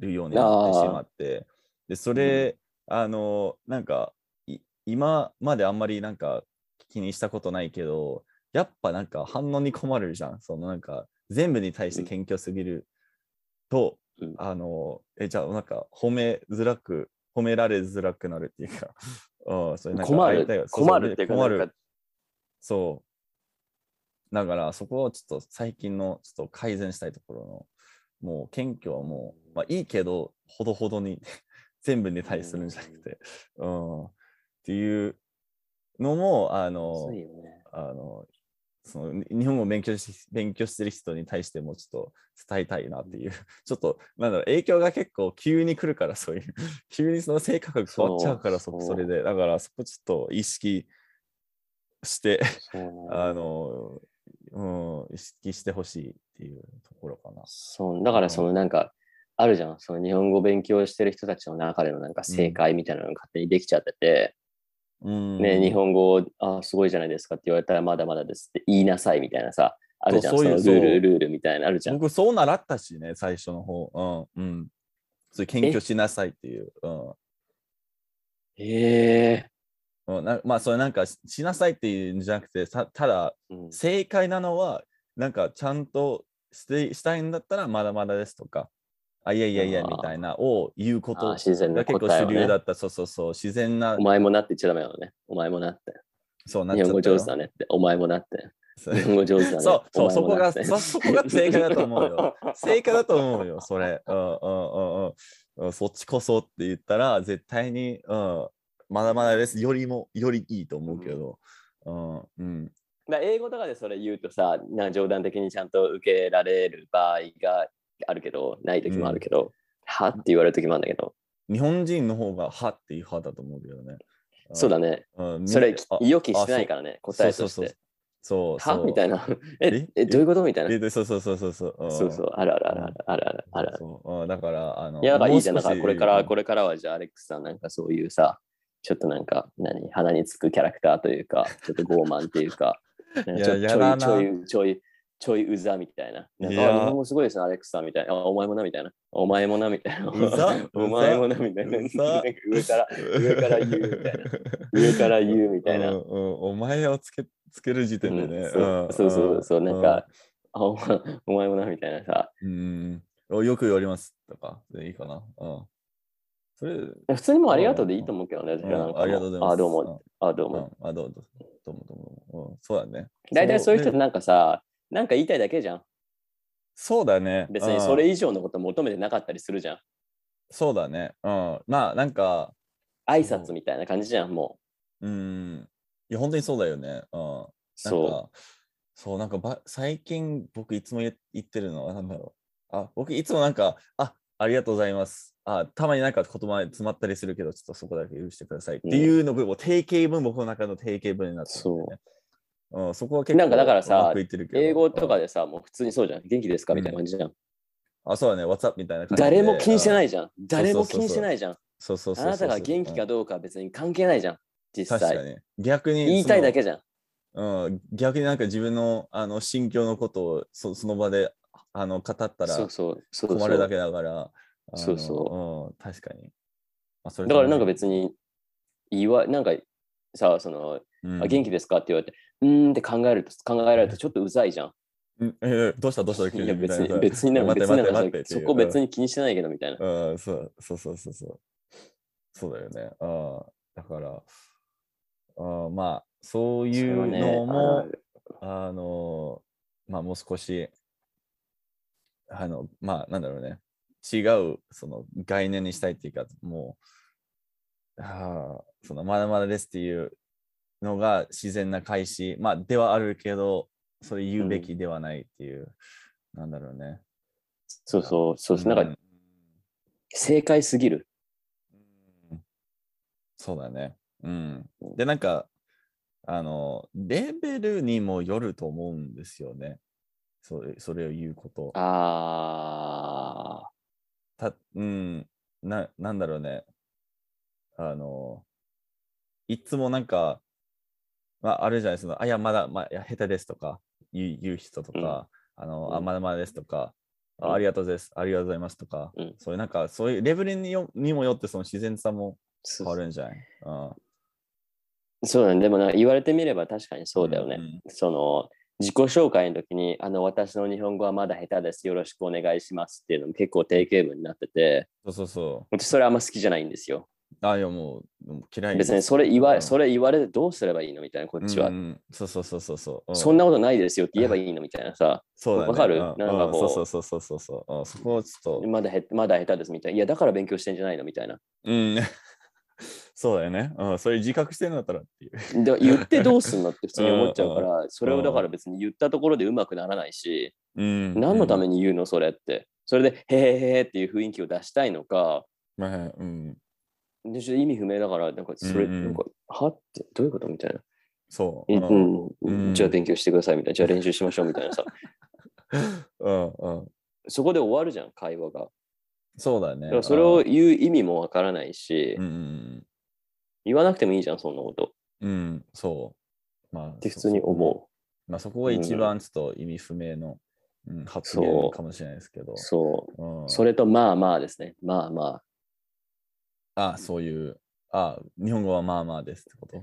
Speaker 1: るようになってしまって、でそれ、あの、なんかい今まであんまりなんか気にしたことないけど、やっぱなんか反応に困るじゃん、そのなんか全部に対して謙虚すぎると、
Speaker 2: うん
Speaker 1: あの、え、じゃあなんか褒めづらく、褒められづらくなるっていうか、うん、それなんか
Speaker 2: 困
Speaker 1: 相手
Speaker 2: る
Speaker 1: が。そうそう
Speaker 2: 困るっていうか、
Speaker 1: 困
Speaker 2: なん
Speaker 1: る
Speaker 2: か。
Speaker 1: そう。だから、そこをちょっと最近のちょっと改善したいところの、もう謙虚はもう、まあいいけど、ほどほどに 全部に対するんじゃなくて、うん、っていうのも、あの
Speaker 2: そう、よね
Speaker 1: あの、そのに日本語を勉強し勉強してる人に対してもちょっと伝えたいなっていう、 ちょっとなんだろう影響が結構急に来るからそう いう、急にその性格が変わっちゃうからそ
Speaker 2: そう
Speaker 1: こ
Speaker 2: そ
Speaker 1: そうれで、だからそこちょっと意識して、
Speaker 2: そうね
Speaker 1: あの、うん、意識してほしいっていうところかな。
Speaker 2: そうだからそのなんか、あるじゃん。その日本語勉強してる人たちの中でのなんか正解みたいなのが勝手にできちゃってて、
Speaker 1: うん
Speaker 2: ね、日本語あすごいじゃないですかって言われたらまだまだですって言いなさいみたいなさあるじゃん
Speaker 1: そう
Speaker 2: そ
Speaker 1: そういう
Speaker 2: のル
Speaker 1: そ
Speaker 2: ー
Speaker 1: う
Speaker 2: ルルールみたいなのあるじゃん
Speaker 1: 僕そう習ったしね、最初の方。うん。うん。そういう研究しなさいっていう。
Speaker 2: へえ
Speaker 1: うん。うん、なまあ、それなんかししなさいっていうんじゃなくて、たただ、
Speaker 2: うん
Speaker 1: 正解なのは、なんかちゃんとしてしたいんだったらまだまだですとか、あ、いやいやいや
Speaker 2: あー
Speaker 1: みたいなを言うこ
Speaker 2: あ
Speaker 1: と
Speaker 2: 自然
Speaker 1: が
Speaker 2: な
Speaker 1: 結構
Speaker 2: 答え
Speaker 1: 主
Speaker 2: を
Speaker 1: 流
Speaker 2: ね
Speaker 1: だった。そうそうそう。自然な
Speaker 2: お、前もなって言っちゃダメなのねお前もなって
Speaker 1: そうなっ
Speaker 2: 日
Speaker 1: ちゃっ
Speaker 2: 本
Speaker 1: た
Speaker 2: 語上手
Speaker 1: よ
Speaker 2: だねってお前もなって
Speaker 1: そう
Speaker 2: 日本語上手だね
Speaker 1: そうそう
Speaker 2: お前もなって
Speaker 1: そこがそそこが正解だと思う よ 正解だと思うよ、それ。うんうんうんうんうん。そっちこそって言ったら、絶対に、うん、まだまだです。よりも、よりいいと思うけど。うん、うん。
Speaker 2: だから英語とかでそれ言うとさな冗談的にちゃんと受けられる場合があるけどない時もあるけど、はって言われる時もあるんだけど、
Speaker 1: 日本人の方が、はっていう派だと思うけどね。
Speaker 2: そうだね
Speaker 1: うん。
Speaker 2: それ
Speaker 1: あ
Speaker 2: 予期してないからね答えとして
Speaker 1: そうそうそう。そう
Speaker 2: はみたいなえ
Speaker 1: え
Speaker 2: えどういうことみたいな
Speaker 1: えそうそうそうそうそう。
Speaker 2: そうそううあるあるあるあるあるあるあるある
Speaker 1: そううんだから、あの、
Speaker 2: いやだからいいじゃん
Speaker 1: もう少
Speaker 2: だか
Speaker 1: し
Speaker 2: らこれからこれからはじゃあアレックスさんなんかそういうさちょっとなんか何鼻につくキャラクターというかちょっと傲慢ってい うかなんかちょ
Speaker 1: いややだな
Speaker 2: ちょいちょいちょいちょいうざみたいな。なん
Speaker 1: い
Speaker 2: か
Speaker 1: や
Speaker 2: あ日本語すごいですね、アレックスさんみたいな。あお前もなみたいな。お前もなみたい な。
Speaker 1: うざ
Speaker 2: お前もなみたいな。
Speaker 1: う
Speaker 2: なん
Speaker 1: ざ
Speaker 2: か上から、上から言うみたいな。 上から言うみたいな。
Speaker 1: うんうん、お前をつけつける時点でね。
Speaker 2: うんそう
Speaker 1: うん
Speaker 2: そうそうそう、
Speaker 1: ん
Speaker 2: なんか、あお前お前もなみたいなさ。
Speaker 1: うん、うんよく言われますとか、でいいかな。うん、それ、
Speaker 2: 普通にもうありがとうでいいと思うけどね。
Speaker 1: うん
Speaker 2: 私はなんかも
Speaker 1: ありがとうございます。
Speaker 2: あ、どうも。あ、どう
Speaker 1: うん、う
Speaker 2: も。
Speaker 1: んあどうぞ。どうもどうも。うん、そうだね。
Speaker 2: 大体そういう人って
Speaker 1: ね
Speaker 2: なんかさ、なんか言いたいだけじゃん。
Speaker 1: そうだね。
Speaker 2: 別
Speaker 1: う
Speaker 2: に
Speaker 1: ん
Speaker 2: それ以上のこと求めてなかったりするじゃん。
Speaker 1: そうだね。うん。まあ、なんか、
Speaker 2: 挨拶みたいな感じじゃん、も
Speaker 1: うん。いや、本当にそうだよね。うん。
Speaker 2: う。
Speaker 1: なん
Speaker 2: そ
Speaker 1: かそう、なんかば最近僕いつも言言ってるのは何だろう。あ、僕いつもなんか、あ、ありがとうございます。あ、たまになんか言葉に詰まったりするけど、ちょっとそこだけ許してください。っていうのが、もう定型文、僕の中の定型文になってるんだよね。うん、そこは結構
Speaker 2: なんかだからさ
Speaker 1: うまくいってる
Speaker 2: う。
Speaker 1: けど
Speaker 2: 英語とか
Speaker 1: うん
Speaker 2: でさ、もう普通にそうじゃん。元気ですかみたいな感じじゃん。
Speaker 1: あ、そうだね、WhatsApp みたいな感じで。。
Speaker 2: 誰も気にしてないいじゃん。誰も気にしてないじゃん。
Speaker 1: そうそうそう
Speaker 2: あ
Speaker 1: そう
Speaker 2: なたが元気か
Speaker 1: うん
Speaker 2: どうかは別に関係ないじゃん。実
Speaker 1: 確か
Speaker 2: 際。
Speaker 1: に。逆に。
Speaker 2: 言いたい
Speaker 1: その
Speaker 2: だけじゃん。
Speaker 1: うん、逆になんか自分のあの心境のことをそその場であの語ったら
Speaker 2: そうそう。そうそう
Speaker 1: 困るだけだから。あの
Speaker 2: そう
Speaker 1: う
Speaker 2: そ
Speaker 1: ん、確かに。あそれ
Speaker 2: だからなんか
Speaker 1: ね
Speaker 2: 別に言わなんかさそ
Speaker 1: う
Speaker 2: の、
Speaker 1: ん
Speaker 2: あ元気ですかって言われてうーんって考えると考えられるとちょっとうざいじゃん。
Speaker 1: うんえーどうしたどうした急
Speaker 2: いや
Speaker 1: みた
Speaker 2: 別
Speaker 1: い
Speaker 2: に
Speaker 1: な
Speaker 2: 別になんか
Speaker 1: 待っ
Speaker 2: 別
Speaker 1: て
Speaker 2: に
Speaker 1: 待
Speaker 2: な
Speaker 1: って待っ
Speaker 2: んかさ
Speaker 1: てってい
Speaker 2: そうこ別に気にしてないけどみたいな。
Speaker 1: うんうんそうそうそうそうそう。そうだよね。あだからあ、まあ、そういうのも、あのまあもう少しあのまあなんだろうね違うその概念にしたいっていうかもうあーそのまだまだですっていうのが自然な開始まあではあるけどそれ言うべきではないっていう、なんだろうね
Speaker 2: そうそうそうそうなんか
Speaker 1: か、
Speaker 2: 正解すぎる。
Speaker 1: うんそうだねうんでなんかあのレベルにもよると思うんですよねそれそれを言うこと
Speaker 2: あ
Speaker 1: た、うん、な、なんだろうね。あの、いつもなんか、まあ、あるじゃないですか。あ、いや、まだ、まあ、いや、下手ですとか、言う言う人とか、あの、あ、
Speaker 2: うん
Speaker 1: まだまだですとか、あ
Speaker 2: うん
Speaker 1: ありがとうです、ありがとうございますとか、
Speaker 2: うん
Speaker 1: そういうなんか、そういうレベルによにもよって、その自然さも変わ
Speaker 2: ー
Speaker 1: るんじゃないあ
Speaker 2: そうだねでもなんか言われてみれば確かにそうだよね。
Speaker 1: んん
Speaker 2: その自己紹介の時にあの私の日本語はまだ下手ですよろしくお願いしますっていうのも結構定型文になってて
Speaker 1: そうそうそ
Speaker 2: 私それあんま好きじゃないんですよ。
Speaker 1: う。あ、いや、もう、もう嫌い
Speaker 2: 別にそれ言わ
Speaker 1: う
Speaker 2: れ、
Speaker 1: ん
Speaker 2: それ言われてどうすればいいのみたいな、こっちは。
Speaker 1: うんうんそうそうそうそうそう。う
Speaker 2: そんなことないですよって言えばいいのみたいなさ、
Speaker 1: そうだね
Speaker 2: わか
Speaker 1: う
Speaker 2: る
Speaker 1: ん
Speaker 2: なんかこう
Speaker 1: うんそうそうそうそうそう。うんそこをちょっと。
Speaker 2: まだへまだ下手ですみたいな。いや、だから勉強してんじゃないのみたいな。
Speaker 1: うん。 そうだよね。うん。それ自覚してるんだったらっていう。
Speaker 2: で言ってどうすんのって普通に思っちゃうか
Speaker 1: う
Speaker 2: ら、それをだから別に言ったところでうまくならないし、
Speaker 1: うん
Speaker 2: 何のため
Speaker 1: に、
Speaker 2: に言うのそれって。それで、へへへへっていう雰囲気を出したいのか、
Speaker 1: まあ、うん。
Speaker 2: でちょっと意味不明だから、なんかそれ、
Speaker 1: うんうん
Speaker 2: なんか、はって、どういうことみたいな。
Speaker 1: そう。
Speaker 2: え
Speaker 1: う。
Speaker 2: うんん、
Speaker 1: うん
Speaker 2: じゃあ勉強してくださいみたいな。じゃあ練習しましょうみたいなさ。
Speaker 1: うん。うん
Speaker 2: そこで終わるじゃん、会話が。
Speaker 1: そうだね
Speaker 2: だか。らそれを
Speaker 1: うん
Speaker 2: 言う意味もわからないし、
Speaker 1: うんうん。
Speaker 2: 言わなくてもいいじゃん、そんなこと。っ
Speaker 1: うん、そう。まあ、
Speaker 2: て普通に思
Speaker 1: う。まあ、そこが一番ちょっと意味不明の、うん、発
Speaker 2: そう
Speaker 1: 言かもしれないですけど
Speaker 2: う。。そう。
Speaker 1: うん、
Speaker 2: それと、まあまあですね。まあまあ。
Speaker 1: あそういう、あ日本語はまあまあですってこと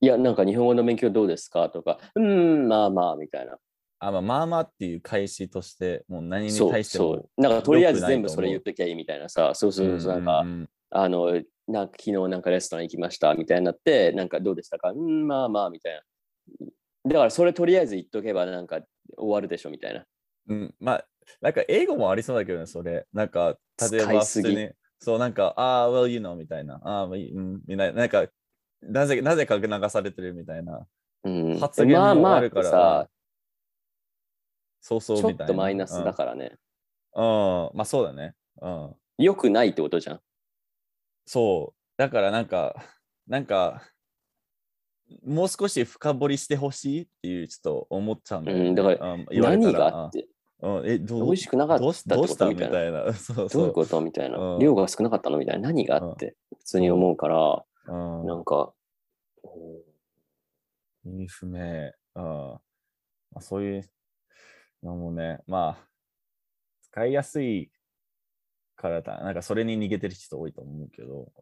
Speaker 2: いや、なんか日本語の勉強どうですかとか、うーん、まあまあ、みたいな。
Speaker 1: あ、まあ、まあまあっていう開始として、もう何に
Speaker 2: そう
Speaker 1: 対しても。
Speaker 2: そう。なんかとりあえ
Speaker 1: 良く
Speaker 2: ず
Speaker 1: ない
Speaker 2: 全部それ
Speaker 1: と思
Speaker 2: 言
Speaker 1: う
Speaker 2: っときゃいいみたいなさ、そうそうそう、なんか、
Speaker 1: うんうん
Speaker 2: あの、なんか昨日なんかレストラン行きましたみたいになって、なんかどうでしたかうん、まあまあみたいな。だからそれとりあえず言っとけばなんか終わるでしょみたいな。
Speaker 1: うん、まあ、なんか英語もありそうだけどね、それ。なんか、例え
Speaker 2: 使い
Speaker 1: ば、
Speaker 2: す
Speaker 1: 普
Speaker 2: ぎ
Speaker 1: 通に、そう、なんか、ああ、well, you know, みたいな。ああ、まあいいうん、みたいな。なんか、なぜ、なぜか流されてるみたいな。
Speaker 2: うん、
Speaker 1: 発言
Speaker 2: まあ
Speaker 1: も
Speaker 2: まあ
Speaker 1: あ
Speaker 2: っ
Speaker 1: るか
Speaker 2: て
Speaker 1: ら
Speaker 2: さ、
Speaker 1: そうそう
Speaker 2: ちょ
Speaker 1: み
Speaker 2: った
Speaker 1: いな。
Speaker 2: とマイナスだ
Speaker 1: ら。
Speaker 2: からね。
Speaker 1: うん、うんまあそうだね。うん。
Speaker 2: 良くないってことじゃん。
Speaker 1: そう。だから、なんか、 なんか、もう少し深掘りしてほしいっていう、ちょっと思っちゃうんだよね、
Speaker 2: うんだから
Speaker 1: うん言われ
Speaker 2: 何
Speaker 1: た
Speaker 2: が
Speaker 1: ら
Speaker 2: あって、
Speaker 1: うん、え、どう
Speaker 2: 美味しくなかった
Speaker 1: どうしどう
Speaker 2: っ
Speaker 1: して
Speaker 2: こ
Speaker 1: た
Speaker 2: とみ
Speaker 1: み
Speaker 2: た
Speaker 1: た
Speaker 2: い
Speaker 1: い
Speaker 2: な
Speaker 1: な。 そう
Speaker 2: どう
Speaker 1: そ
Speaker 2: いう
Speaker 1: う。
Speaker 2: ことみたいな
Speaker 1: う。ん
Speaker 2: 量が少なかったのみたいな。何があって、普通に思うから、
Speaker 1: うん
Speaker 2: なんか、うん
Speaker 1: 意味不明。うんまあ、そういうのもね、まあ、使いやすいからだ、なんかそれに逃げてる人多いと思うけど、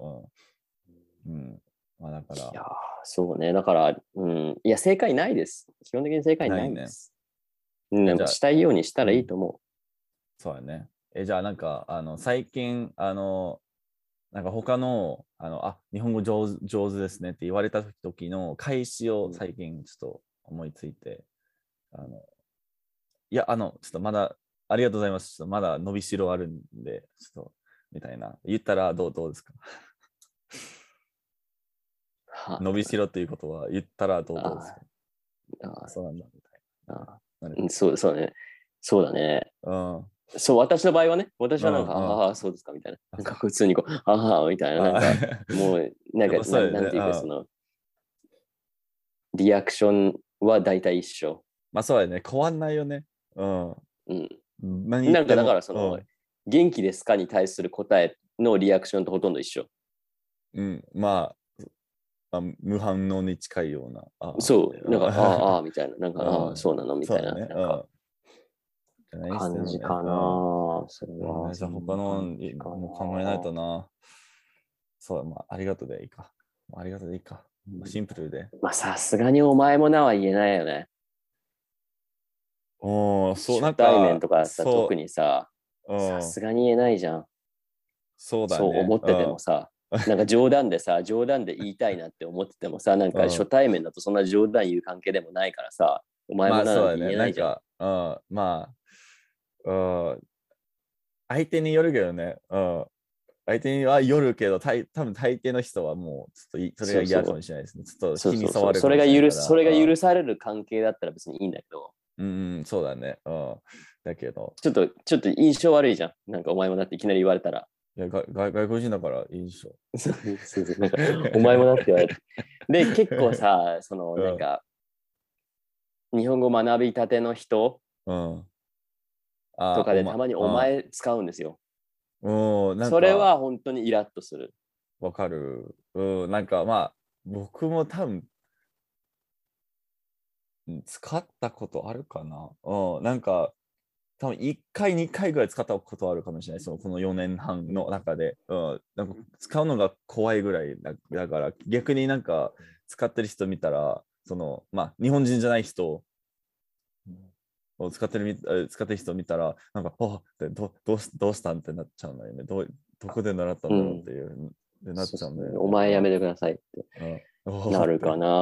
Speaker 1: うん。うん、まあだか
Speaker 2: いや
Speaker 1: ら、
Speaker 2: ー、そうね。だから、うん。いや、正解ないです。基本的に正解ないです。うん、なん
Speaker 1: じゃ
Speaker 2: か
Speaker 1: あ
Speaker 2: したいようにしたらいいと思
Speaker 1: そうやね。え、じゃあなんか、あの、最近、あの、なんか他の、あの、あ、日本語上手上手ですねって言われた時の返し
Speaker 2: う
Speaker 1: を
Speaker 2: ん
Speaker 1: 最近ちょっと思いついて、あの、いや、あの、ちょっとまだ、ありがとうございます。ちょっとまだ伸びしろあるんで、ちょっと、みたいな。言ったらどうどうですか
Speaker 2: う。は
Speaker 1: 伸びしろっていうことは言ったらどうどうですか
Speaker 2: あ
Speaker 1: あそうなんだ、みたい
Speaker 2: あ
Speaker 1: なる
Speaker 2: うんそうそうね。そうだね。
Speaker 1: な。うん。
Speaker 2: そう、私の場合はね、私はなんか、
Speaker 1: うんうん
Speaker 2: ああ、そうですかみたいな。なんか普通にこう、ああ、みたいな。なんか、
Speaker 1: あ
Speaker 2: もう、なん
Speaker 1: で
Speaker 2: か、
Speaker 1: もそうだよ
Speaker 2: な
Speaker 1: ね
Speaker 2: なんていうか、
Speaker 1: うん
Speaker 2: その、リアクションは大体一緒。
Speaker 1: まあそうやね。変わんないよね。うん。
Speaker 2: うん。
Speaker 1: 何言
Speaker 2: な
Speaker 1: っ
Speaker 2: んか、
Speaker 1: て
Speaker 2: だ
Speaker 1: も
Speaker 2: から、その、
Speaker 1: うん
Speaker 2: 元気ですかに対する答えのリアクションとほとんど一緒。
Speaker 1: うん、まあ、まあ、無反応に近いような。あ
Speaker 2: そう、 なんか、ああ、ああ、みたいな。なんか、
Speaker 1: うん
Speaker 2: ああ、そうなの み
Speaker 1: そ
Speaker 2: た
Speaker 1: うだね。
Speaker 2: いな。な
Speaker 1: う
Speaker 2: んか
Speaker 1: んじゃないっすよね
Speaker 2: 感じかな。
Speaker 1: うん
Speaker 2: それ
Speaker 1: う
Speaker 2: は。
Speaker 1: んじゃあ他のいもう考えないとな。そう、まあ、ありがとうでいいか。ありがとうでいいか。まあシンプルで。
Speaker 2: まあ、さすがにお前もなは言えないよね。
Speaker 1: おお、そう、なん
Speaker 2: 初
Speaker 1: か。
Speaker 2: 対面とかだった
Speaker 1: そ
Speaker 2: ら
Speaker 1: う
Speaker 2: 特にさ、
Speaker 1: うん
Speaker 2: さすがに言えないじゃん。
Speaker 1: そうだね。
Speaker 2: そう思っててもさ、なんか冗談でさ、 冗談で言いたいなって思っててもさ、なんか
Speaker 1: うん
Speaker 2: 初対面だとそんな冗談言う関係でもないからさ、お
Speaker 1: うん。
Speaker 2: 前
Speaker 1: ま
Speaker 2: も
Speaker 1: あ、
Speaker 2: な
Speaker 1: そう
Speaker 2: は
Speaker 1: だ
Speaker 2: 言
Speaker 1: ね。
Speaker 2: え
Speaker 1: な
Speaker 2: なんいじゃん。
Speaker 1: か、うん、まあ、うん、相手によるけどね。うん。相手にはよるけど、たい多分大抵の人はもう、ちょっといそれが
Speaker 2: そう
Speaker 1: 嫌
Speaker 2: そう
Speaker 1: かもしれないですね。ちょっと
Speaker 2: そ
Speaker 1: 気
Speaker 2: うそ
Speaker 1: に
Speaker 2: う
Speaker 1: 障
Speaker 2: そう
Speaker 1: る
Speaker 2: そ
Speaker 1: かも
Speaker 2: れ
Speaker 1: し
Speaker 2: が
Speaker 1: ないから
Speaker 2: 許すそれが許
Speaker 1: す。
Speaker 2: される関係だったら別にいいんだけど、
Speaker 1: うんうん、そうだね。うん。だけど、
Speaker 2: ちょっとちょっと印象悪いじゃん。なんかお前もなっていきなり言われ たら。
Speaker 1: いやが外外国人だからいいでしょ。
Speaker 2: そうそうそう なんかお前もなって言われて。で、結構さ、その
Speaker 1: うん
Speaker 2: なんか、日本語学びたての人
Speaker 1: うん。あ
Speaker 2: とかでたまにお。
Speaker 1: あ
Speaker 2: 前使うんですよ。
Speaker 1: うん、なんか
Speaker 2: それは本当にイラッとする。
Speaker 1: わかる。うん、なんかまあ、僕も多分、うん使ったことあるかな。うん、なんか、多分1回、2回ぐらい使ったことあるかもしれない。そのこの4年半の中で。うん、なんか使うのが怖いぐらいだだから、逆になんか使ってる人見たら、その、まあ、日本人じゃない人を使ってるみえ使ってる人見たら、なんか、あってどどうしどうしたんってなっちゃうんだよね。どうどこで習ったんだろうっていう、でなっちゃうんだよね。
Speaker 2: お前やめてくださいって
Speaker 1: うん
Speaker 2: なるか。
Speaker 1: うん
Speaker 2: な。
Speaker 1: うん、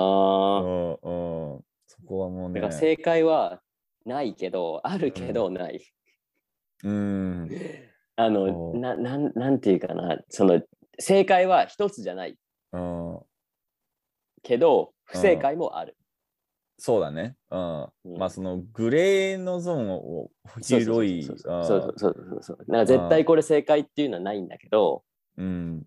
Speaker 1: そこはもう
Speaker 2: だ
Speaker 1: ね
Speaker 2: から。正解はないけど、あるけどない。
Speaker 1: うん。
Speaker 2: あ
Speaker 1: そ
Speaker 2: の
Speaker 1: う
Speaker 2: ななん、なんていうかな、その正解は一つじゃない
Speaker 1: うん、
Speaker 2: けど、不正解もある。
Speaker 1: そうだね。うん。
Speaker 2: うん
Speaker 1: まあ、そのグレーのゾーンを広い。
Speaker 2: そうそうそうそうそうそうそう。なんか絶対これ正解っていうのはないんだけど、
Speaker 1: うん。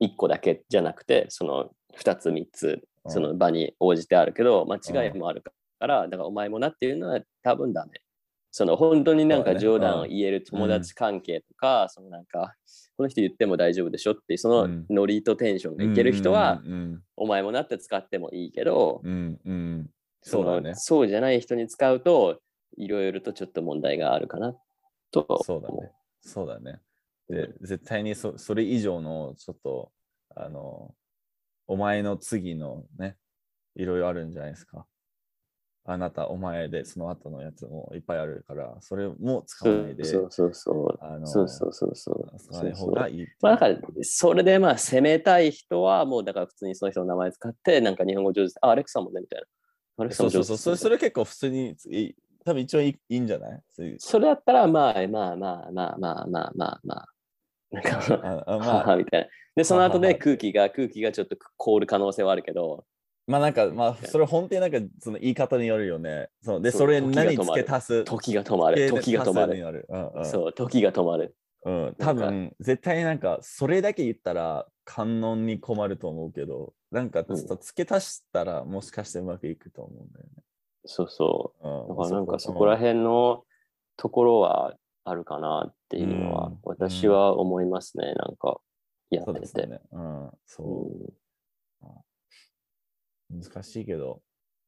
Speaker 2: 1個だけじゃなくて、その2つ3つ、
Speaker 1: うん
Speaker 2: その場に応じてあるけど、間違いもあるから、だからお前もなっていうのは多分ダメ。その本当になん
Speaker 1: そう
Speaker 2: か
Speaker 1: だね
Speaker 2: 冗談を言える友達関係とか、そのなんか、この人言っても大丈夫でしょっていう、そ
Speaker 1: うん
Speaker 2: のノリとテンションがいける人は、
Speaker 1: うん
Speaker 2: お前もなって使ってもいいけど、
Speaker 1: うんうんうんうんそ
Speaker 2: そう
Speaker 1: だね
Speaker 2: のそうじゃない人に使うと、いろいろとちょっと問題があるかなと思う。
Speaker 1: そうだね。そうだね。で、絶対にそそれ以上の、ちょっと、あの、お前の次のね、いろいろあるんじゃないですか。あなた、お前で、その後のやつもいっぱいあるから、それも使
Speaker 2: そ
Speaker 1: わないうで、
Speaker 2: そうそうそう。
Speaker 1: あの、
Speaker 2: そうそうそうそう。
Speaker 1: 使わない方がいい。
Speaker 2: まあ、だから、それでまあ、攻めたい人は、もうだから普通にその人の名前使って、なんか日本語上手、あ、アレクサもね、みたいな。アレクサ
Speaker 1: そ
Speaker 2: も
Speaker 1: う
Speaker 2: 上
Speaker 1: そ
Speaker 2: 手
Speaker 1: うそう、それそれ結構普通に、い多分一応いいいいんじゃないそういう
Speaker 2: それだったら、まあまあまあまあまあまあまあまあ。なんか、
Speaker 1: ああ
Speaker 2: は
Speaker 1: まあ
Speaker 2: はみたいな。で、その
Speaker 1: は
Speaker 2: 後
Speaker 1: は
Speaker 2: で
Speaker 1: は
Speaker 2: 空気が、空気がちょっと凍る可能性はあるけど、
Speaker 1: まあなんか、まあ、それ本当になんか、その言い方によるよね。そうで、
Speaker 2: そう
Speaker 1: それ
Speaker 2: 時
Speaker 1: に
Speaker 2: が
Speaker 1: 何
Speaker 2: 止
Speaker 1: つ
Speaker 2: ま
Speaker 1: け
Speaker 2: る
Speaker 1: 足す。
Speaker 2: 時が止まる。時が止まる。
Speaker 1: る。うんうん、
Speaker 2: そう、時が止まる。
Speaker 1: うん、
Speaker 2: な
Speaker 1: 多
Speaker 2: んか
Speaker 1: 分絶対なんかそれだけ言ったら観音に困ると思うけどなんかちょっと付け足したらもしかしてうまくいくと思うんだよね。
Speaker 2: そうそうう。
Speaker 1: ん
Speaker 2: だからなんかそこら辺のところはあるかなっていうの
Speaker 1: う
Speaker 2: は
Speaker 1: ん、
Speaker 2: 私は思いますね。なんか、や
Speaker 1: そう
Speaker 2: っ
Speaker 1: で
Speaker 2: て
Speaker 1: す
Speaker 2: て。
Speaker 1: ね。うん、
Speaker 2: う
Speaker 1: そ
Speaker 2: ん
Speaker 1: う難しいけど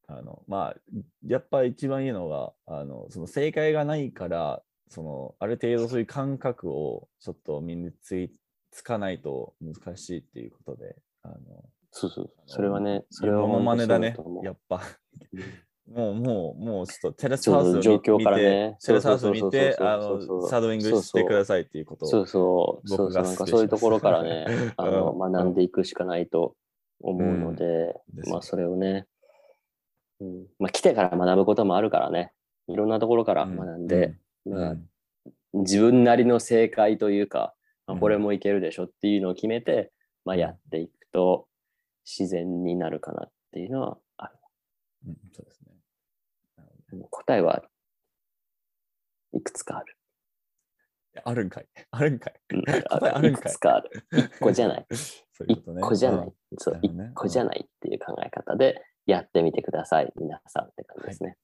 Speaker 1: あのまあやっぱ一番いいのがあのその正解がないからそのある程度そういう感覚をちょっと身についつかないと難しいっていうことであの
Speaker 2: そうそう。
Speaker 1: あの
Speaker 2: それはね、それは
Speaker 1: モノ
Speaker 2: 本当
Speaker 1: マ
Speaker 2: に
Speaker 1: ネ
Speaker 2: そう
Speaker 1: だね
Speaker 2: と思う
Speaker 1: やっぱ。もう、もう、もう、ちょっとテレス
Speaker 2: ちょ
Speaker 1: ハ
Speaker 2: う
Speaker 1: ウス
Speaker 2: ど
Speaker 1: を見
Speaker 2: 状況からね
Speaker 1: 見てテレスハウスを見て、
Speaker 2: そう
Speaker 1: あ
Speaker 2: そうそうそう
Speaker 1: の、
Speaker 2: そう
Speaker 1: サードウィングしてくださいっていうことを。
Speaker 2: そうそう、そ
Speaker 1: 僕
Speaker 2: うそ
Speaker 1: が
Speaker 2: う、なん
Speaker 1: 失
Speaker 2: か
Speaker 1: 礼
Speaker 2: そ
Speaker 1: しま
Speaker 2: うい
Speaker 1: す、
Speaker 2: うところからね あの
Speaker 1: うん
Speaker 2: 学んでいくしかないと思うので、
Speaker 1: です
Speaker 2: ま
Speaker 1: よ
Speaker 2: あそれをね、うんまあ、来てから学ぶこともあるからね、いろんなところから
Speaker 1: う
Speaker 2: 学んで、、
Speaker 1: うん
Speaker 2: ま
Speaker 1: う
Speaker 2: あ
Speaker 1: ん
Speaker 2: 自分なりの正解というか、まあ
Speaker 1: うん
Speaker 2: これもいけるでしょっていうのを決めて、まあ、
Speaker 1: うん
Speaker 2: やっていくと自然になるかなっていうのはある、
Speaker 1: うんそうですね。
Speaker 2: もう答えはいくつかある。
Speaker 1: あるんかい。あるんかい。
Speaker 2: うん
Speaker 1: 答えあるん
Speaker 2: い
Speaker 1: かい
Speaker 2: くつかある。一個じゃない。
Speaker 1: そういう
Speaker 2: 一
Speaker 1: ことね。
Speaker 2: 個じゃない。
Speaker 1: うん
Speaker 2: そう
Speaker 1: な、るほ
Speaker 2: 一
Speaker 1: どね
Speaker 2: 個じゃないっていう考え方でやってみてください、皆さんって感じですね。